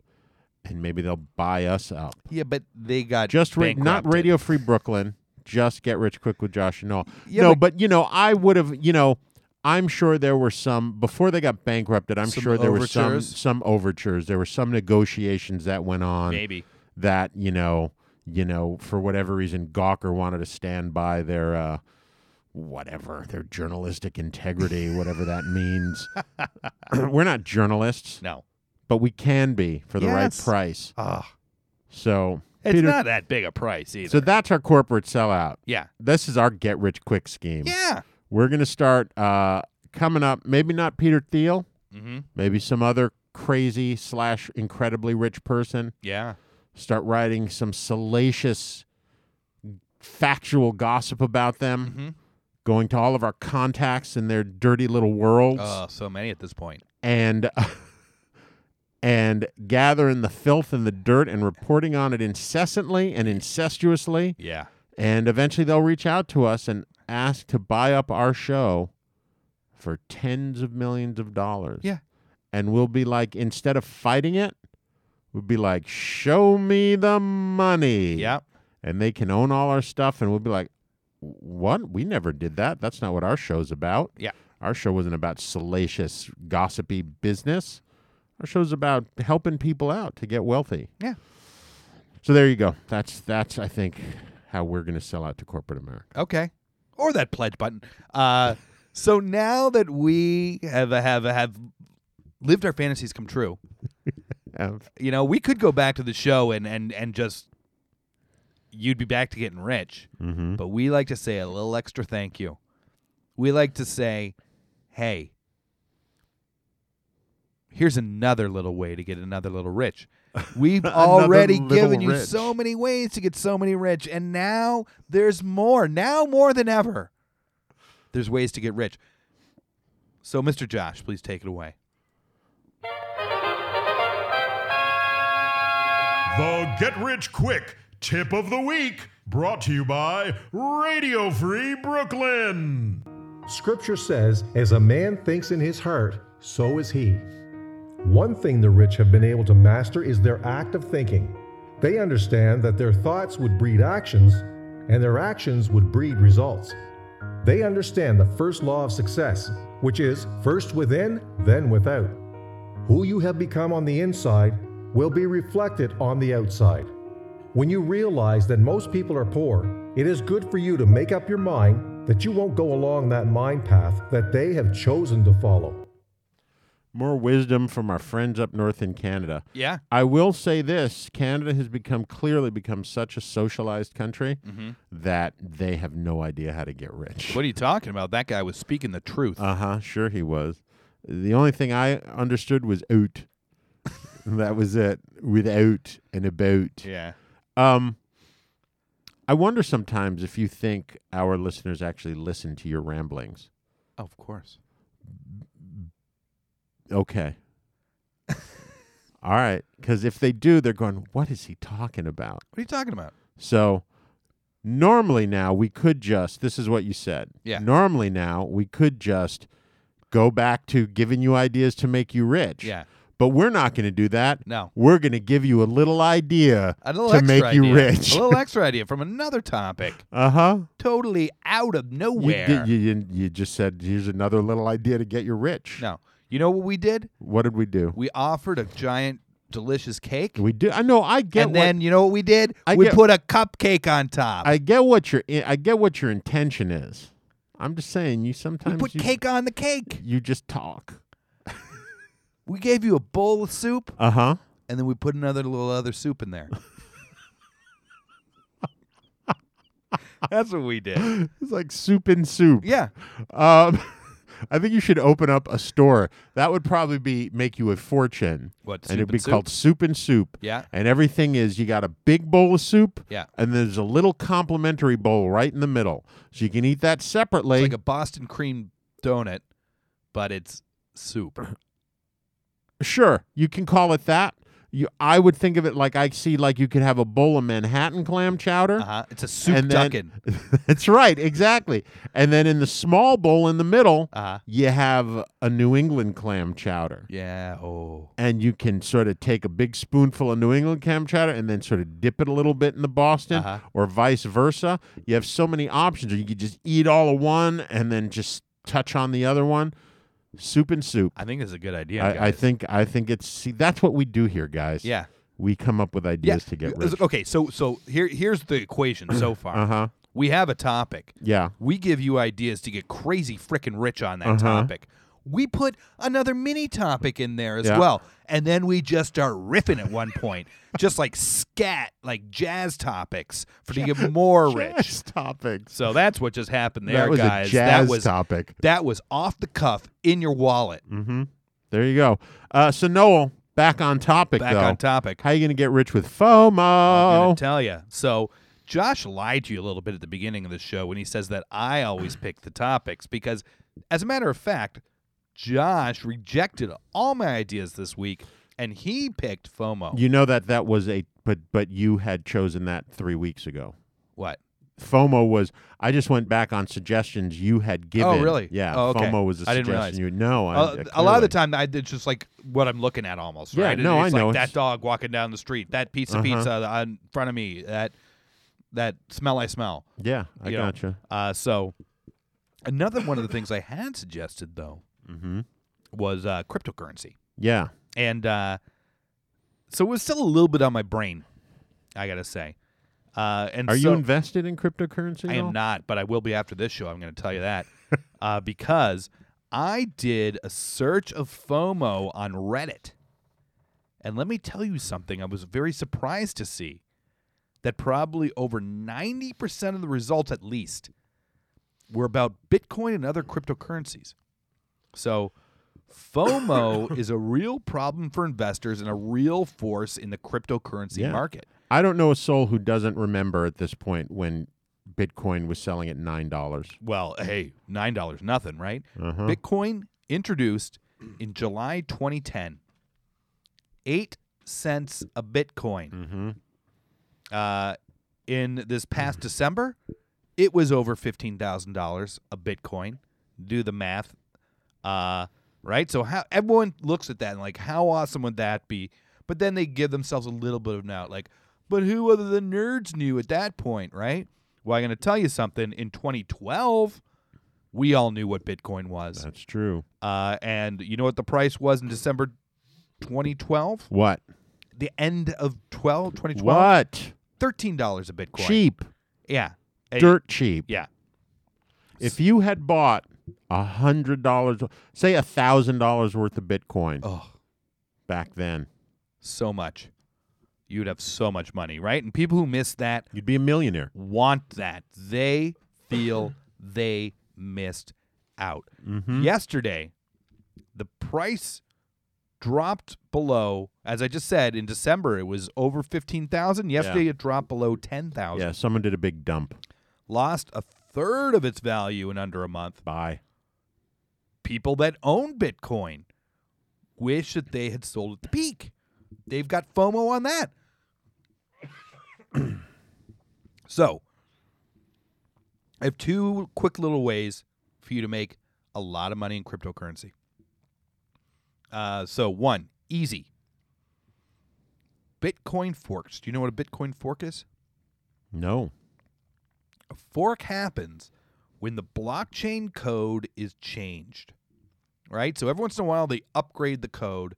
[SPEAKER 6] And maybe they'll buy us up.
[SPEAKER 7] Yeah, but they got
[SPEAKER 6] just ra- not
[SPEAKER 7] bankrupted.
[SPEAKER 6] Radio Free Brooklyn. Just get rich quick with Josh and Noel.
[SPEAKER 7] Yeah,
[SPEAKER 6] no,
[SPEAKER 7] but-
[SPEAKER 6] but, you know, I would have. You know, I'm sure there were some before they got bankrupted. I'm
[SPEAKER 7] Some
[SPEAKER 6] sure there were some
[SPEAKER 7] overtures?
[SPEAKER 6] some overtures. There were some negotiations that went on
[SPEAKER 7] Maybe.
[SPEAKER 6] that you know, you know, for whatever reason, Gawker wanted to stand by their uh, whatever their journalistic integrity, whatever that
[SPEAKER 7] (laughs)
[SPEAKER 6] means. we're not journalists,
[SPEAKER 7] No.
[SPEAKER 6] but we can be for the
[SPEAKER 7] Yes.
[SPEAKER 6] right price.
[SPEAKER 7] Ah,
[SPEAKER 6] So
[SPEAKER 7] it's
[SPEAKER 6] Peter-
[SPEAKER 7] not that big a price either.
[SPEAKER 6] so that's our corporate sellout.
[SPEAKER 7] yeah.
[SPEAKER 6] This is our get rich quick scheme.
[SPEAKER 7] Yeah.
[SPEAKER 6] We're going to start uh, coming up, maybe not Peter Thiel,
[SPEAKER 7] Mm-hmm.
[SPEAKER 6] maybe some other crazy slash incredibly rich person.
[SPEAKER 7] Yeah.
[SPEAKER 6] Start writing some salacious factual gossip about
[SPEAKER 7] Mhm.
[SPEAKER 6] them, going to all of our contacts in their dirty little worlds
[SPEAKER 7] Oh, so many at this point.
[SPEAKER 6] and. (laughs) And gathering the filth and the dirt and reporting on it incessantly and incestuously.
[SPEAKER 7] Yeah.
[SPEAKER 6] And eventually they'll reach out to us and ask to buy up our show for tens of millions of dollars.
[SPEAKER 7] Yeah.
[SPEAKER 6] And we'll be like, instead of fighting it, we'll be like, show me the money.
[SPEAKER 7] Yeah.
[SPEAKER 6] And they can own all our stuff. And we'll be like, what? We never did that. That's not what our show's about.
[SPEAKER 7] Yeah.
[SPEAKER 6] Our show wasn't about salacious, gossipy business. Our show's about helping people out to get wealthy.
[SPEAKER 7] Yeah.
[SPEAKER 6] So there you go. That's that's I think how we're going to sell out to corporate America.
[SPEAKER 7] Okay. Or that pledge button. Uh, (laughs) so now that we have have have lived our fantasies come true,
[SPEAKER 6] Have-
[SPEAKER 7] you know, we could go back to the show and and and just you'd be back to getting rich.
[SPEAKER 6] Mm-hmm.
[SPEAKER 7] But we like to say a little extra thank you. We like to say, "Hey, here's another little way to get another little
[SPEAKER 6] (laughs)
[SPEAKER 7] rich." We've
[SPEAKER 6] Another
[SPEAKER 7] already
[SPEAKER 6] little
[SPEAKER 7] given you
[SPEAKER 6] rich.
[SPEAKER 7] so many ways to get so many rich, and now there's more. Now more than ever, there's ways to get rich. So, Mr. Josh, please take it away.
[SPEAKER 8] The Get Rich Quick Tip of the Week, brought to you by Radio Free Brooklyn.
[SPEAKER 9] Scripture says, As a man thinks in his heart, so is he. One thing the rich have been able to master is their act of thinking. They understand that their thoughts would breed actions, and their actions would breed results. They understand the first law of success, which is first within, then without. Who you have become on the inside will be reflected on the outside. When you realize that most people are poor, it is good for you to make up your mind that you won't go along that mind path that they have chosen to follow.
[SPEAKER 6] More wisdom from our friends up north in Canada.
[SPEAKER 7] Yeah.
[SPEAKER 6] I will say this: Canada has become clearly become such a socialized country
[SPEAKER 7] Mm-hmm.
[SPEAKER 6] that they have no idea how to get rich.
[SPEAKER 7] What are you talking about? That guy was speaking the truth.
[SPEAKER 6] Uh huh. Sure, he was. The only thing I understood was out. that was it. Without and about.
[SPEAKER 7] yeah.
[SPEAKER 6] Um, I wonder sometimes if you think our listeners actually listen to your ramblings.
[SPEAKER 7] of course.
[SPEAKER 6] Okay. All right. Because if they do, they're going, what is he talking about?
[SPEAKER 7] What are you talking about?
[SPEAKER 6] So normally now we could just, this is what you said.
[SPEAKER 7] Yeah.
[SPEAKER 6] Normally now we could just go back to giving you ideas to make you rich.
[SPEAKER 7] Yeah.
[SPEAKER 6] But we're not going to do that.
[SPEAKER 7] No.
[SPEAKER 6] We're going to give you a little idea
[SPEAKER 7] A little
[SPEAKER 6] to
[SPEAKER 7] extra
[SPEAKER 6] make you
[SPEAKER 7] idea.
[SPEAKER 6] rich.
[SPEAKER 7] A little
[SPEAKER 6] (laughs)
[SPEAKER 7] extra idea from another topic,
[SPEAKER 6] uh huh.
[SPEAKER 7] totally out of
[SPEAKER 6] You,
[SPEAKER 7] nowhere.
[SPEAKER 6] did, you, you, you just said, here's another little idea to get you rich.
[SPEAKER 7] no, you know what we did?
[SPEAKER 6] What did we do?
[SPEAKER 7] We offered a giant, delicious cake,
[SPEAKER 6] We do. I know. I get.
[SPEAKER 7] and
[SPEAKER 6] what,
[SPEAKER 7] then you know what we did?
[SPEAKER 6] I
[SPEAKER 7] we
[SPEAKER 6] get-
[SPEAKER 7] put a cupcake on top.
[SPEAKER 6] I get what your I get what your intention is. I'm just saying you
[SPEAKER 7] we
[SPEAKER 6] sometimes
[SPEAKER 7] put
[SPEAKER 6] you,
[SPEAKER 7] cake on the cake.
[SPEAKER 6] You just talk.
[SPEAKER 7] We gave you a bowl of soup,
[SPEAKER 6] Uh huh.
[SPEAKER 7] and then we put another little other soup in
[SPEAKER 6] (laughs)
[SPEAKER 7] there. That's what we did.
[SPEAKER 6] It's like soup in soup.
[SPEAKER 7] Yeah.
[SPEAKER 6] Um, (laughs) I think you should open up a store. That would probably be make you a fortune.
[SPEAKER 7] What,
[SPEAKER 6] And
[SPEAKER 7] soup
[SPEAKER 6] it'd be
[SPEAKER 7] and soup?
[SPEAKER 6] called soup and soup.
[SPEAKER 7] Yeah.
[SPEAKER 6] And everything is you got a big bowl of soup.
[SPEAKER 7] Yeah.
[SPEAKER 6] And there's a little complimentary bowl right in the middle, so you can eat that separately.
[SPEAKER 7] It's like a Boston cream donut, but it's soup.
[SPEAKER 6] Sure, you can call it that. You, I would think of it like I see, like you could have a bowl of Manhattan clam chowder.
[SPEAKER 7] Uh-huh. It's a soup
[SPEAKER 6] and then-
[SPEAKER 7] duckin.
[SPEAKER 6] (laughs) that's right, exactly. And then in the small bowl in the middle,
[SPEAKER 7] Uh-huh.
[SPEAKER 6] you have a New England clam chowder.
[SPEAKER 7] Yeah. Oh.
[SPEAKER 6] And you can sort of take a big spoonful of New England clam chowder and then sort of dip it a little bit in the Boston
[SPEAKER 7] Uh-huh.
[SPEAKER 6] or vice versa. You have so many options, or you could just eat all of one and then just touch on the other one. Soup and soup.
[SPEAKER 7] I think it's a good idea.
[SPEAKER 6] I, I
[SPEAKER 7] guys.
[SPEAKER 6] think I think it's see that's what we do here, guys.
[SPEAKER 7] Yeah.
[SPEAKER 6] we come up with
[SPEAKER 7] Yeah.
[SPEAKER 6] ideas to get
[SPEAKER 7] Is-
[SPEAKER 6] rich.
[SPEAKER 7] Okay. So so here here's the equation
[SPEAKER 6] (clears throat)
[SPEAKER 7] so far.
[SPEAKER 6] Uh huh.
[SPEAKER 7] We have a topic.
[SPEAKER 6] Yeah.
[SPEAKER 7] We give you ideas to get crazy frickin' rich on that
[SPEAKER 6] Uh-huh.
[SPEAKER 7] topic. We put another mini topic in there as
[SPEAKER 6] Yeah.
[SPEAKER 7] well, and then we just start riffing at one point, just like scat, like jazz topics, for to get more rich.
[SPEAKER 6] Jazz topics.
[SPEAKER 7] So that's what just happened there,
[SPEAKER 6] that was
[SPEAKER 7] guys.
[SPEAKER 6] a jazz
[SPEAKER 7] that was
[SPEAKER 6] topic.
[SPEAKER 7] that was off the cuff in your wallet.
[SPEAKER 6] There you go. Uh, so Noel, back on topic
[SPEAKER 7] Back
[SPEAKER 6] though.
[SPEAKER 7] on topic.
[SPEAKER 6] How you gonna get rich with
[SPEAKER 7] I'm gonna
[SPEAKER 6] FOMO?
[SPEAKER 7] tell you. So Josh lied to you a little bit at the beginning of the show when he says that I always pick the topics because, as a matter of fact, Josh rejected all my ideas this week and he picked FOMO.
[SPEAKER 6] you know that that was a but but you had chosen that three weeks ago.
[SPEAKER 7] what?
[SPEAKER 6] FOMO was. I just went back on suggestions you had given.
[SPEAKER 7] Oh, really?
[SPEAKER 6] Yeah.
[SPEAKER 7] Oh, okay.
[SPEAKER 6] FOMO was a
[SPEAKER 7] I didn't realize.
[SPEAKER 6] suggestion you. No. I,
[SPEAKER 7] Uh, a lot of the
[SPEAKER 6] clearly.
[SPEAKER 7] time, I, it's just like what I'm looking at almost.
[SPEAKER 6] Yeah,
[SPEAKER 7] right? It-
[SPEAKER 6] no,
[SPEAKER 7] it's
[SPEAKER 6] I know.
[SPEAKER 7] Like that
[SPEAKER 6] It's-
[SPEAKER 7] dog walking down the street, that piece of
[SPEAKER 6] Uh-huh.
[SPEAKER 7] pizza on- in front of me, that that smell I smell.
[SPEAKER 6] Yeah, I
[SPEAKER 7] you know.
[SPEAKER 6] gotcha.
[SPEAKER 7] Uh, so another one of the things I had suggested though
[SPEAKER 6] Mm-hmm.
[SPEAKER 7] was uh, cryptocurrency,
[SPEAKER 6] Yeah.
[SPEAKER 7] and uh, so it was still a little bit on my brain. I gotta say, Uh, and
[SPEAKER 6] Are
[SPEAKER 7] so-
[SPEAKER 6] you invested in cryptocurrency? at
[SPEAKER 7] I
[SPEAKER 6] all?
[SPEAKER 7] am not, but I will be after this show. I'm going to tell you that (laughs) uh, because I did a search of FOMO on Reddit, and let me tell you something. I was very surprised to see that probably over ninety percent of the results, at least, were about Bitcoin and other cryptocurrencies. So.
[SPEAKER 6] (coughs)
[SPEAKER 7] FOMO is a real problem for investors and a real force in the cryptocurrency
[SPEAKER 6] Yeah.
[SPEAKER 7] market.
[SPEAKER 6] I don't know a soul who doesn't remember at this point when Bitcoin was selling at nine dollars.
[SPEAKER 7] Well, hey, nine dollars, nothing, right? Bitcoin introduced in July 2010, eight cents a Bitcoin. Uh, in this past December, it was over fifteen thousand dollars a Bitcoin. Do the math, uh, right? So how everyone looks at that and like, how awesome would that be? But then they give themselves a little bit of an out, like, but who other than nerds knew at that point, right? Well, I'm going to tell you something. In 2012, we all knew what Bitcoin was,
[SPEAKER 6] That's true.
[SPEAKER 7] uh, and you know what the price was in December 2012,
[SPEAKER 6] What?
[SPEAKER 7] the end of 12 2012,
[SPEAKER 6] What?
[SPEAKER 7] thirteen dollars a Bitcoin.
[SPEAKER 6] Cheap.
[SPEAKER 7] yeah, Hey,
[SPEAKER 6] Dirt cheap.
[SPEAKER 7] yeah.
[SPEAKER 6] If you had bought a hundred dollars, say a thousand dollars worth of Bitcoin
[SPEAKER 7] Oh.
[SPEAKER 6] back then,
[SPEAKER 7] so much. You'd have so much money, right? And people who miss that
[SPEAKER 6] you'd be a millionaire.
[SPEAKER 7] want that. They
[SPEAKER 6] (laughs)
[SPEAKER 7] feel they missed out.
[SPEAKER 6] Mm-hmm.
[SPEAKER 7] Yesterday, the price dropped below, as I just said, in December it was over 15,000. Yesterday it dropped below 10,000.
[SPEAKER 6] Yeah, someone did a big dump.
[SPEAKER 7] Lost a third of its value in under a month.
[SPEAKER 6] Buy.
[SPEAKER 7] People that own Bitcoin wish that they had sold at the peak. They've got FOMO on that. (clears throat) so, I have two quick little ways for you to make a lot of money in cryptocurrency. Uh, so, one, easy Bitcoin forks. Do you know what a Bitcoin fork is?
[SPEAKER 6] No.
[SPEAKER 7] A fork happens when the blockchain code is changed, right? So every once in a while they upgrade the code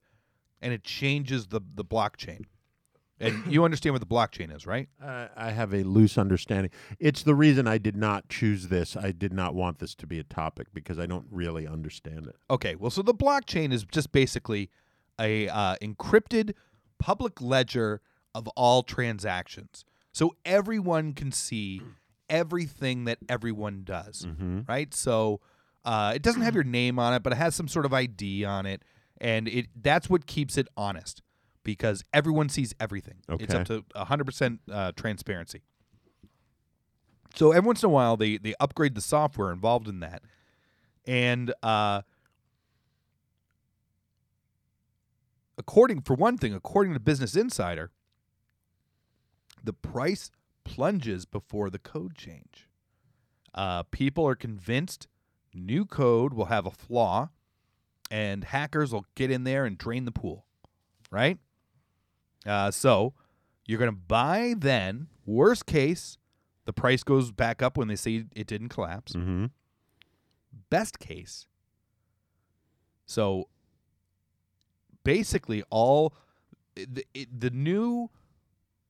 [SPEAKER 7] and it changes the, the blockchain. And you understand what the blockchain is, right?
[SPEAKER 6] I I have a loose understanding. It's the reason I did not choose this. I did not want this to be a topic because I don't really understand it.
[SPEAKER 7] Okay, well, so the blockchain is just basically a uh, encrypted public ledger of all transactions, so everyone can see everything that everyone does, right? So uh, it doesn't have your name on it, but it has some sort of ID on it, and it that's what keeps it honest because everyone sees everything. It's up to 100% uh, transparency. So every once in a while, they they upgrade the software involved in that, and uh, according for one thing, according to Business Insider, the price plunges before the code change. Uh, people are convinced new code will have a flaw, and hackers will get in there and drain the pool, right? Uh, so you're going to buy then. Worst case, the price goes back up when they say it didn't collapse.
[SPEAKER 6] Mm-hmm.
[SPEAKER 7] Best case. So basically, all the, it, the new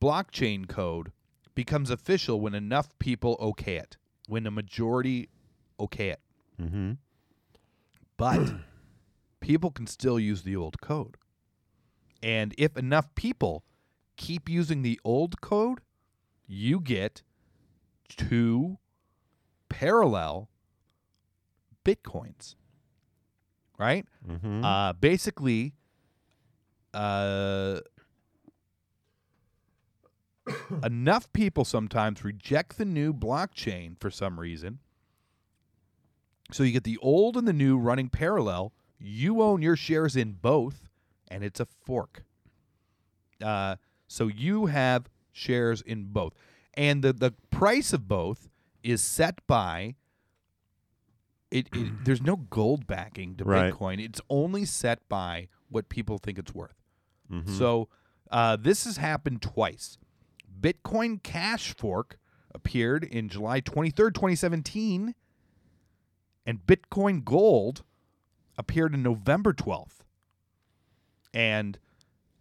[SPEAKER 7] blockchain code becomes official when enough people okay it, when a majority okay it.
[SPEAKER 6] Mm-hmm.
[SPEAKER 7] But (clears throat) people can still use the old code. And if enough people keep using the old code, you get two parallel bitcoins. Right?
[SPEAKER 6] Mm-hmm.
[SPEAKER 7] Uh, basically, uh, (coughs) enough people sometimes reject the new blockchain for some reason. So you get the old and the new running parallel. You own your shares in both, and it's a fork. Uh, so you have shares in both. And the, the price of both is set by it, it there's no gold backing to
[SPEAKER 6] Right.
[SPEAKER 7] Bitcoin. It's only set by what people think it's worth. So uh, this has happened twice. Bitcoin Cash fork appeared in July 23rd, 2017, and Bitcoin Gold appeared in November 12th. And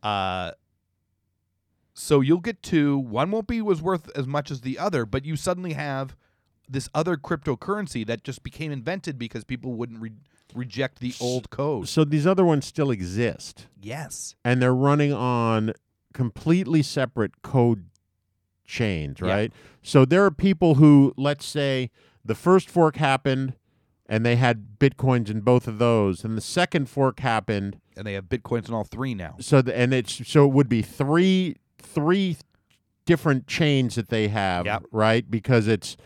[SPEAKER 7] uh, So you'll get two. One won't be was worth as much as the other, but you suddenly have this other cryptocurrency that just became invented because people wouldn't re- reject the old code.
[SPEAKER 6] So these other ones still exist,
[SPEAKER 7] Yes.
[SPEAKER 6] and they're running on completely separate code chains,
[SPEAKER 7] Yeah.
[SPEAKER 6] right? So there are people who, let's say, the first fork happened, and they had bitcoins in both of those, and the second fork happened,
[SPEAKER 7] And they have bitcoins in all three now.
[SPEAKER 6] So the, and it's so it would be three three different chains that they have,
[SPEAKER 7] Yep.
[SPEAKER 6] right? Because it's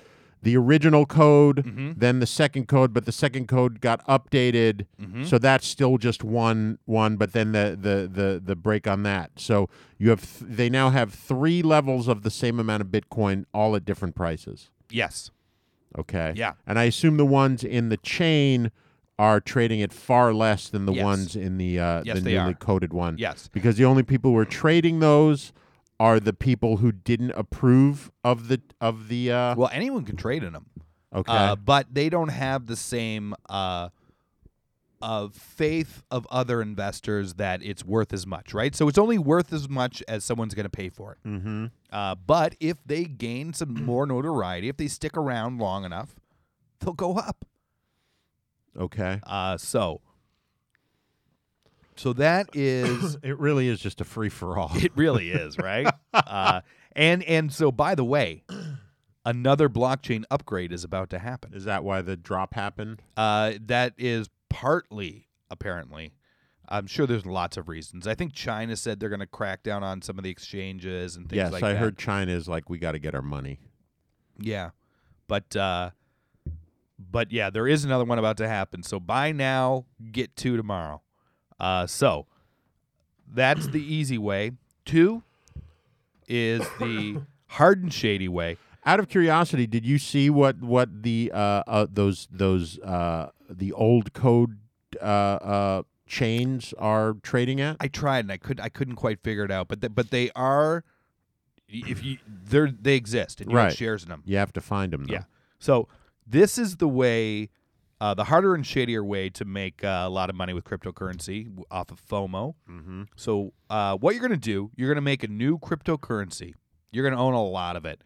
[SPEAKER 6] the original code,
[SPEAKER 7] Mm-hmm.
[SPEAKER 6] then the second code, but the second code got updated,
[SPEAKER 7] Mm-hmm.
[SPEAKER 6] so that's still just one one. But then the the the the break on that. So you have th- they now have three levels of the same amount of Bitcoin, all at different prices.
[SPEAKER 7] Yes.
[SPEAKER 6] Okay.
[SPEAKER 7] Yeah.
[SPEAKER 6] And I assume the ones in the chain are trading at far less than the
[SPEAKER 7] Yes.
[SPEAKER 6] ones in the uh,
[SPEAKER 7] Yes,
[SPEAKER 6] the
[SPEAKER 7] they
[SPEAKER 6] newly
[SPEAKER 7] are.
[SPEAKER 6] coded one.
[SPEAKER 7] Yes.
[SPEAKER 6] Because the only people who are trading those are the people who didn't approve of the of the
[SPEAKER 7] (laughs)
[SPEAKER 6] uh,
[SPEAKER 7] Well, anyone can trade in them.
[SPEAKER 6] okay.
[SPEAKER 7] Uh, but they don't have the same uh, uh, faith of other investors that it's worth as much, right? So it's only worth as much as someone's going to pay for it. Mm-hmm. Uh, but if they gain some (clears throat) more notoriety, if they stick around long enough, they'll go up.
[SPEAKER 6] okay.
[SPEAKER 7] Uh, so, so that (coughs)
[SPEAKER 6] (coughs)
[SPEAKER 7] is
[SPEAKER 6] It really is just a free for all.
[SPEAKER 7] it really is right uh, and and so by the way another blockchain upgrade is about to happen
[SPEAKER 6] Is that why the drop happened?
[SPEAKER 7] uh, that is partly apparently i'm sure there's lots of reasons i think china said they're going to crack down on some of the exchanges and things
[SPEAKER 6] yes,
[SPEAKER 7] like
[SPEAKER 6] I
[SPEAKER 7] that
[SPEAKER 6] heard China is like we got to get our money.
[SPEAKER 7] yeah but uh but yeah there is another one about to happen so buy now get two tomorrow uh so that's
[SPEAKER 6] (coughs)
[SPEAKER 7] the easy way two is the hard and shady way
[SPEAKER 6] Out of curiosity, did you see what what the uh, uh those those uh the old code uh uh chains are trading at?
[SPEAKER 7] I tried and I could I couldn't quite figure it out. But the, but they are if you they're they exist and you have
[SPEAKER 6] Right.
[SPEAKER 7] shares in them.
[SPEAKER 6] You have to find them. Though.
[SPEAKER 7] Yeah. So this is the way uh, the harder and shadier way to make uh, a lot of money with cryptocurrency w- off of FOMO. Mm-hmm. So uh, what you're going to do, you're going to make a new cryptocurrency. You're going to own a lot of it.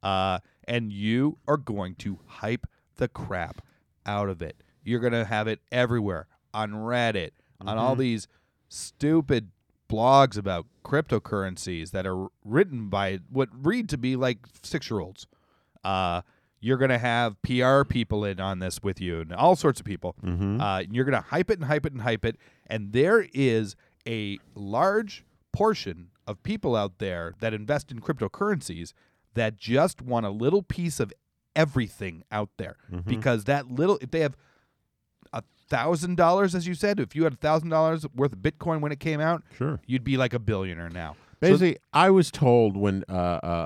[SPEAKER 7] Uh, and you are going to hype the crap out of it. You're going to have it everywhere on Reddit, on
[SPEAKER 6] Mm-hmm.
[SPEAKER 7] all these stupid blogs about cryptocurrencies that are written by what read to be like six year olds. Uh, you're going to have PR people in on this with you and all sorts of people.
[SPEAKER 6] Mm-hmm.
[SPEAKER 7] Uh, and you're going to hype it and hype it and hype it. And there is a large portion of people out there that invest in cryptocurrencies that just want a little piece of everything out there
[SPEAKER 6] Mm-hmm.
[SPEAKER 7] because that little, if they have a thousand dollars, as you said, if you had a thousand dollars worth of Bitcoin when it came out,
[SPEAKER 6] Sure.
[SPEAKER 7] you'd be like a billionaire now. So-
[SPEAKER 6] Basically, I was told when uh,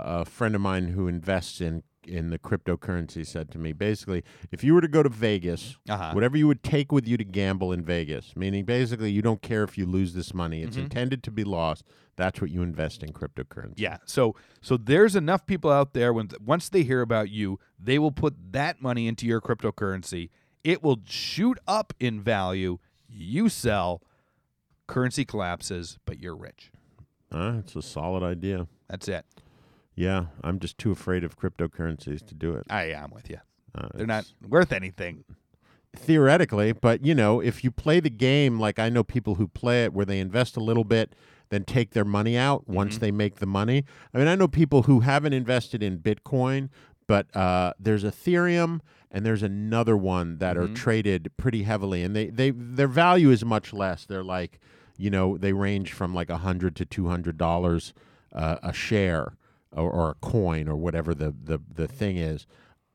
[SPEAKER 6] a, a friend of mine who invests in in the cryptocurrency said to me, basically, if you were to go to Vegas,
[SPEAKER 7] Uh-huh.
[SPEAKER 6] whatever you would take with you to gamble in Vegas, meaning basically you don't care if you lose this money;
[SPEAKER 7] Mm-hmm.
[SPEAKER 6] it's intended to be lost. That's what you invest in cryptocurrency.
[SPEAKER 7] Yeah. So so there's enough people out there when once they hear about you, they will put that money into your cryptocurrency. It will shoot up in value. You sell, currency collapses, but you're rich.
[SPEAKER 6] Uh, it's a solid idea.
[SPEAKER 7] That's it.
[SPEAKER 6] Yeah, I'm just too afraid of cryptocurrencies to do it.
[SPEAKER 7] I am with you.
[SPEAKER 6] Uh,
[SPEAKER 7] They're not worth anything.
[SPEAKER 6] theoretically, but you know, if you play the game, like I know people who play it where they invest a little bit, then take their money out once they make the money. I mean, I know people who haven't invested in Bitcoin, but uh, there's Ethereum and there's another one that are traded pretty heavily, and they, they their value is much less. They're like, you know, they range from like a hundred to two hundred dollars uh, a share or, or a coin or whatever the the, the thing is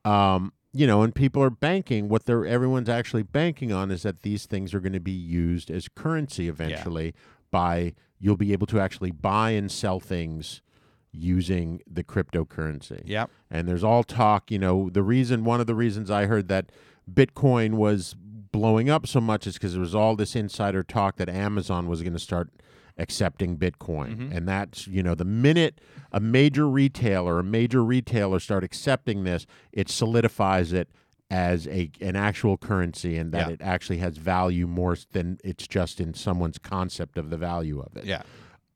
[SPEAKER 6] um, you know, and people are banking. What they're everyone's actually banking on is that these things are going to be used as currency eventually. By you'll be able to actually buy and sell things using the cryptocurrency.
[SPEAKER 7] Yep.
[SPEAKER 6] And there's all talk. You know, the reason one of the reasons I heard that Bitcoin was blowing up so much is because there was all this insider talk that Amazon was going to start accepting Bitcoin. And that's, you know, the minute a major retailer, a major retailer start accepting this, it solidifies it as a an actual currency and that
[SPEAKER 7] Yeah.
[SPEAKER 6] it actually has value more s- than it's just in someone's concept of the value of it.
[SPEAKER 7] Yeah.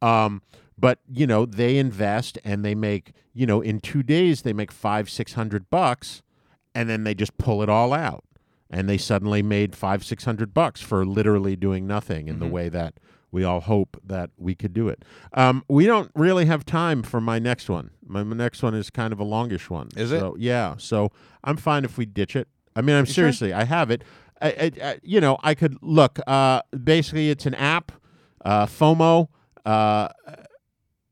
[SPEAKER 6] Um, but you know they invest and they make you know in two days they make five six hundred bucks and then they just pull it all out and they suddenly made five six hundred bucks for literally doing nothing in the
[SPEAKER 7] Mm-hmm.
[SPEAKER 6] way that we all hope that we could do it um, we don't really have time for my next one my my next one is kind of a longish one
[SPEAKER 7] Is it?
[SPEAKER 6] So, yeah so i'm fine if we ditch it i mean i'm seriously i have it I, I, I, you know i could look uh, basically it's an app uh, fomo uh,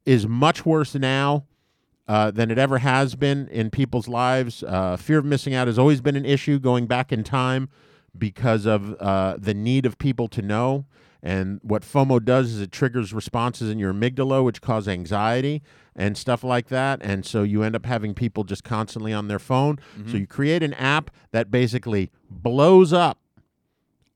[SPEAKER 6] is much worse now uh, than it ever has been in people's lives. Uh, fear of missing out has always been an issue going back in time because of uh, the need of people to know. And what FOMO does is it triggers responses in your amygdala, which cause anxiety and stuff like that. And so you end up having people just constantly on their phone. So you create an app that basically blows up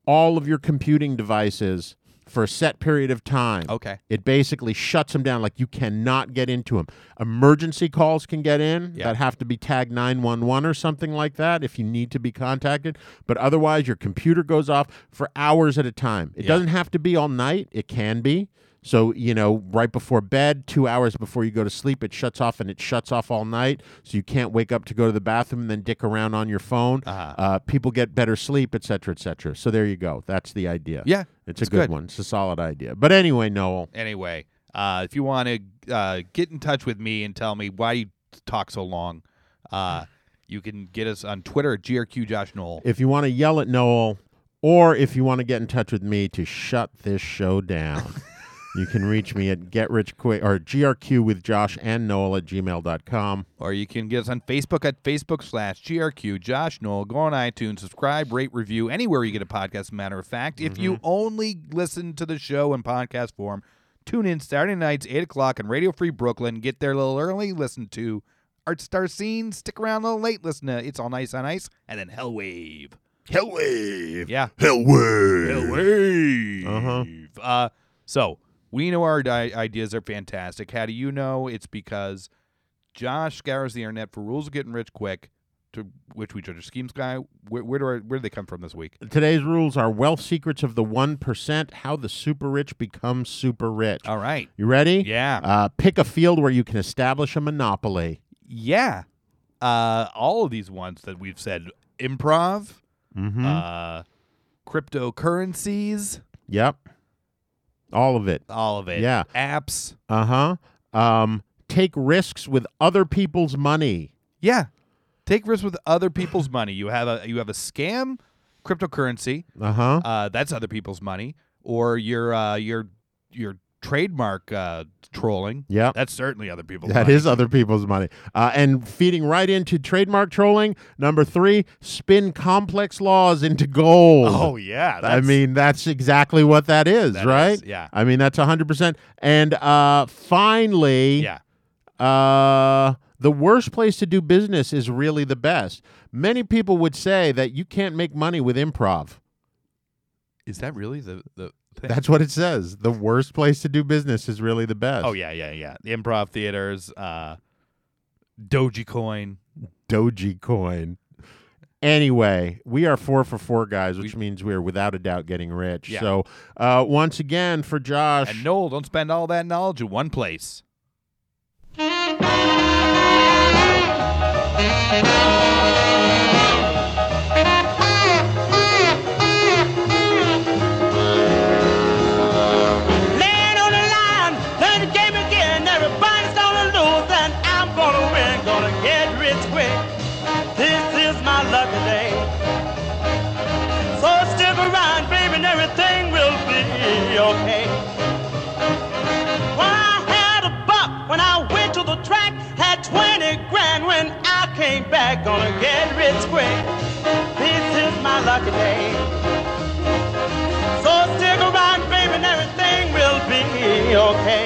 [SPEAKER 6] all of your computing devices for a set period of time.
[SPEAKER 7] Okay.
[SPEAKER 6] It basically shuts them down. Like you cannot get into them. Emergency calls can get in
[SPEAKER 7] Yeah.
[SPEAKER 6] that have to be tagged 911 or something like that if you need to be contacted. But otherwise, your computer goes off for hours at a time. It
[SPEAKER 7] Yeah.
[SPEAKER 6] doesn't have to be all night, it can be. So, you know, right before bed, two hours before you go to sleep, it shuts off and it shuts off all night. So you can't wake up to go to the bathroom and then dick around on your phone.
[SPEAKER 7] Uh-huh.
[SPEAKER 6] Uh, people get better sleep, et cetera, et cetera. So there you go. That's the idea.
[SPEAKER 7] Yeah,
[SPEAKER 6] It's, a
[SPEAKER 7] it's
[SPEAKER 6] good,
[SPEAKER 7] good.
[SPEAKER 6] one. It's a solid idea. But anyway, Noel.
[SPEAKER 7] Anyway, uh, if you want to uh, get in touch with me and tell me why you talk so long, uh, you can get us on Twitter at GRQ Josh Knoll.
[SPEAKER 6] if you want to yell at Noel or if you want to get in touch with me to shut this show down, you can reach me at get rich quick or grq with Josh and Noel at gmail.com.
[SPEAKER 7] Or you can get us on Facebook at Facebook slash GRQ Josh Knoll. Go on iTunes, subscribe, rate, review, anywhere you get a podcast. Matter of fact, if you only listen to the show in podcast form, tune in Saturday nights, 8 o'clock on Radio Free Brooklyn. Get there a little early, listen to Art Star Scene, stick around a little late, listen to It's All Nice on Ice, and then Hellwave. Hellwave. Yeah. Hellwave. Hellwave. Uh, so we know our di- ideas are fantastic. How do you know? It's because Josh scours the internet for rules of getting rich quick, to which we judge a schemes guy. Where, where do I, where do they come from this week?
[SPEAKER 6] Today's rules are wealth secrets of the 1%, how the super rich become super rich.
[SPEAKER 7] All right.
[SPEAKER 6] You ready?
[SPEAKER 7] Uh, Yeah.
[SPEAKER 6] Uh, pick a field where you can establish a monopoly.
[SPEAKER 7] Yeah. Uh, all of these ones that we've said: improv,
[SPEAKER 6] Mm-hmm.
[SPEAKER 7] uh, cryptocurrencies,
[SPEAKER 6] yep. All of it.
[SPEAKER 7] all of it.
[SPEAKER 6] Yeah.
[SPEAKER 7] Apps.
[SPEAKER 6] Uh huh. Um, take risks with other people's money.
[SPEAKER 7] Yeah. Take risks with other people's money. You have a you have a scam cryptocurrency.
[SPEAKER 6] Uh huh.
[SPEAKER 7] Uh, that's other people's money. Or your uh, your your trademark uh, trolling.
[SPEAKER 6] Yep.
[SPEAKER 7] That's certainly other people's
[SPEAKER 6] That
[SPEAKER 7] money.
[SPEAKER 6] is other people's money. Uh, and feeding right into trademark trolling. Number three, spin complex laws into gold.
[SPEAKER 7] (laughs) Oh yeah.
[SPEAKER 6] I
[SPEAKER 7] that's-
[SPEAKER 6] mean, that's exactly what that is,
[SPEAKER 7] That
[SPEAKER 6] right?
[SPEAKER 7] is, yeah.
[SPEAKER 6] I mean, that's 100%. And uh, finally,
[SPEAKER 7] Yeah.
[SPEAKER 6] uh, the worst place to do business is really the best. Many people would say that you can't make money with improv.
[SPEAKER 7] Is that really the the thing?
[SPEAKER 6] That's what it says. The worst place to do business is really the best.
[SPEAKER 7] oh yeah yeah yeah. The improv theaters. Uh, Doji (laughs) coin.
[SPEAKER 6] Doji coin. Anyway, we are four for four guys, which means we are without a doubt getting rich.
[SPEAKER 7] Yeah.
[SPEAKER 6] So, uh, once again, for Josh,
[SPEAKER 7] And Noel, don't spend all that knowledge in one place.
[SPEAKER 5] Land on the line, play the game again. Everybody's gonna lose, and I'm gonna win. Gonna get rich quick. This is my lucky day. So stick around, baby, and everything will be okay. When I had a buck, when I went to the track, had 20 grand when I came back. Gonna get rich quick. This is my lucky day. So stick around, baby, and everything will be okay.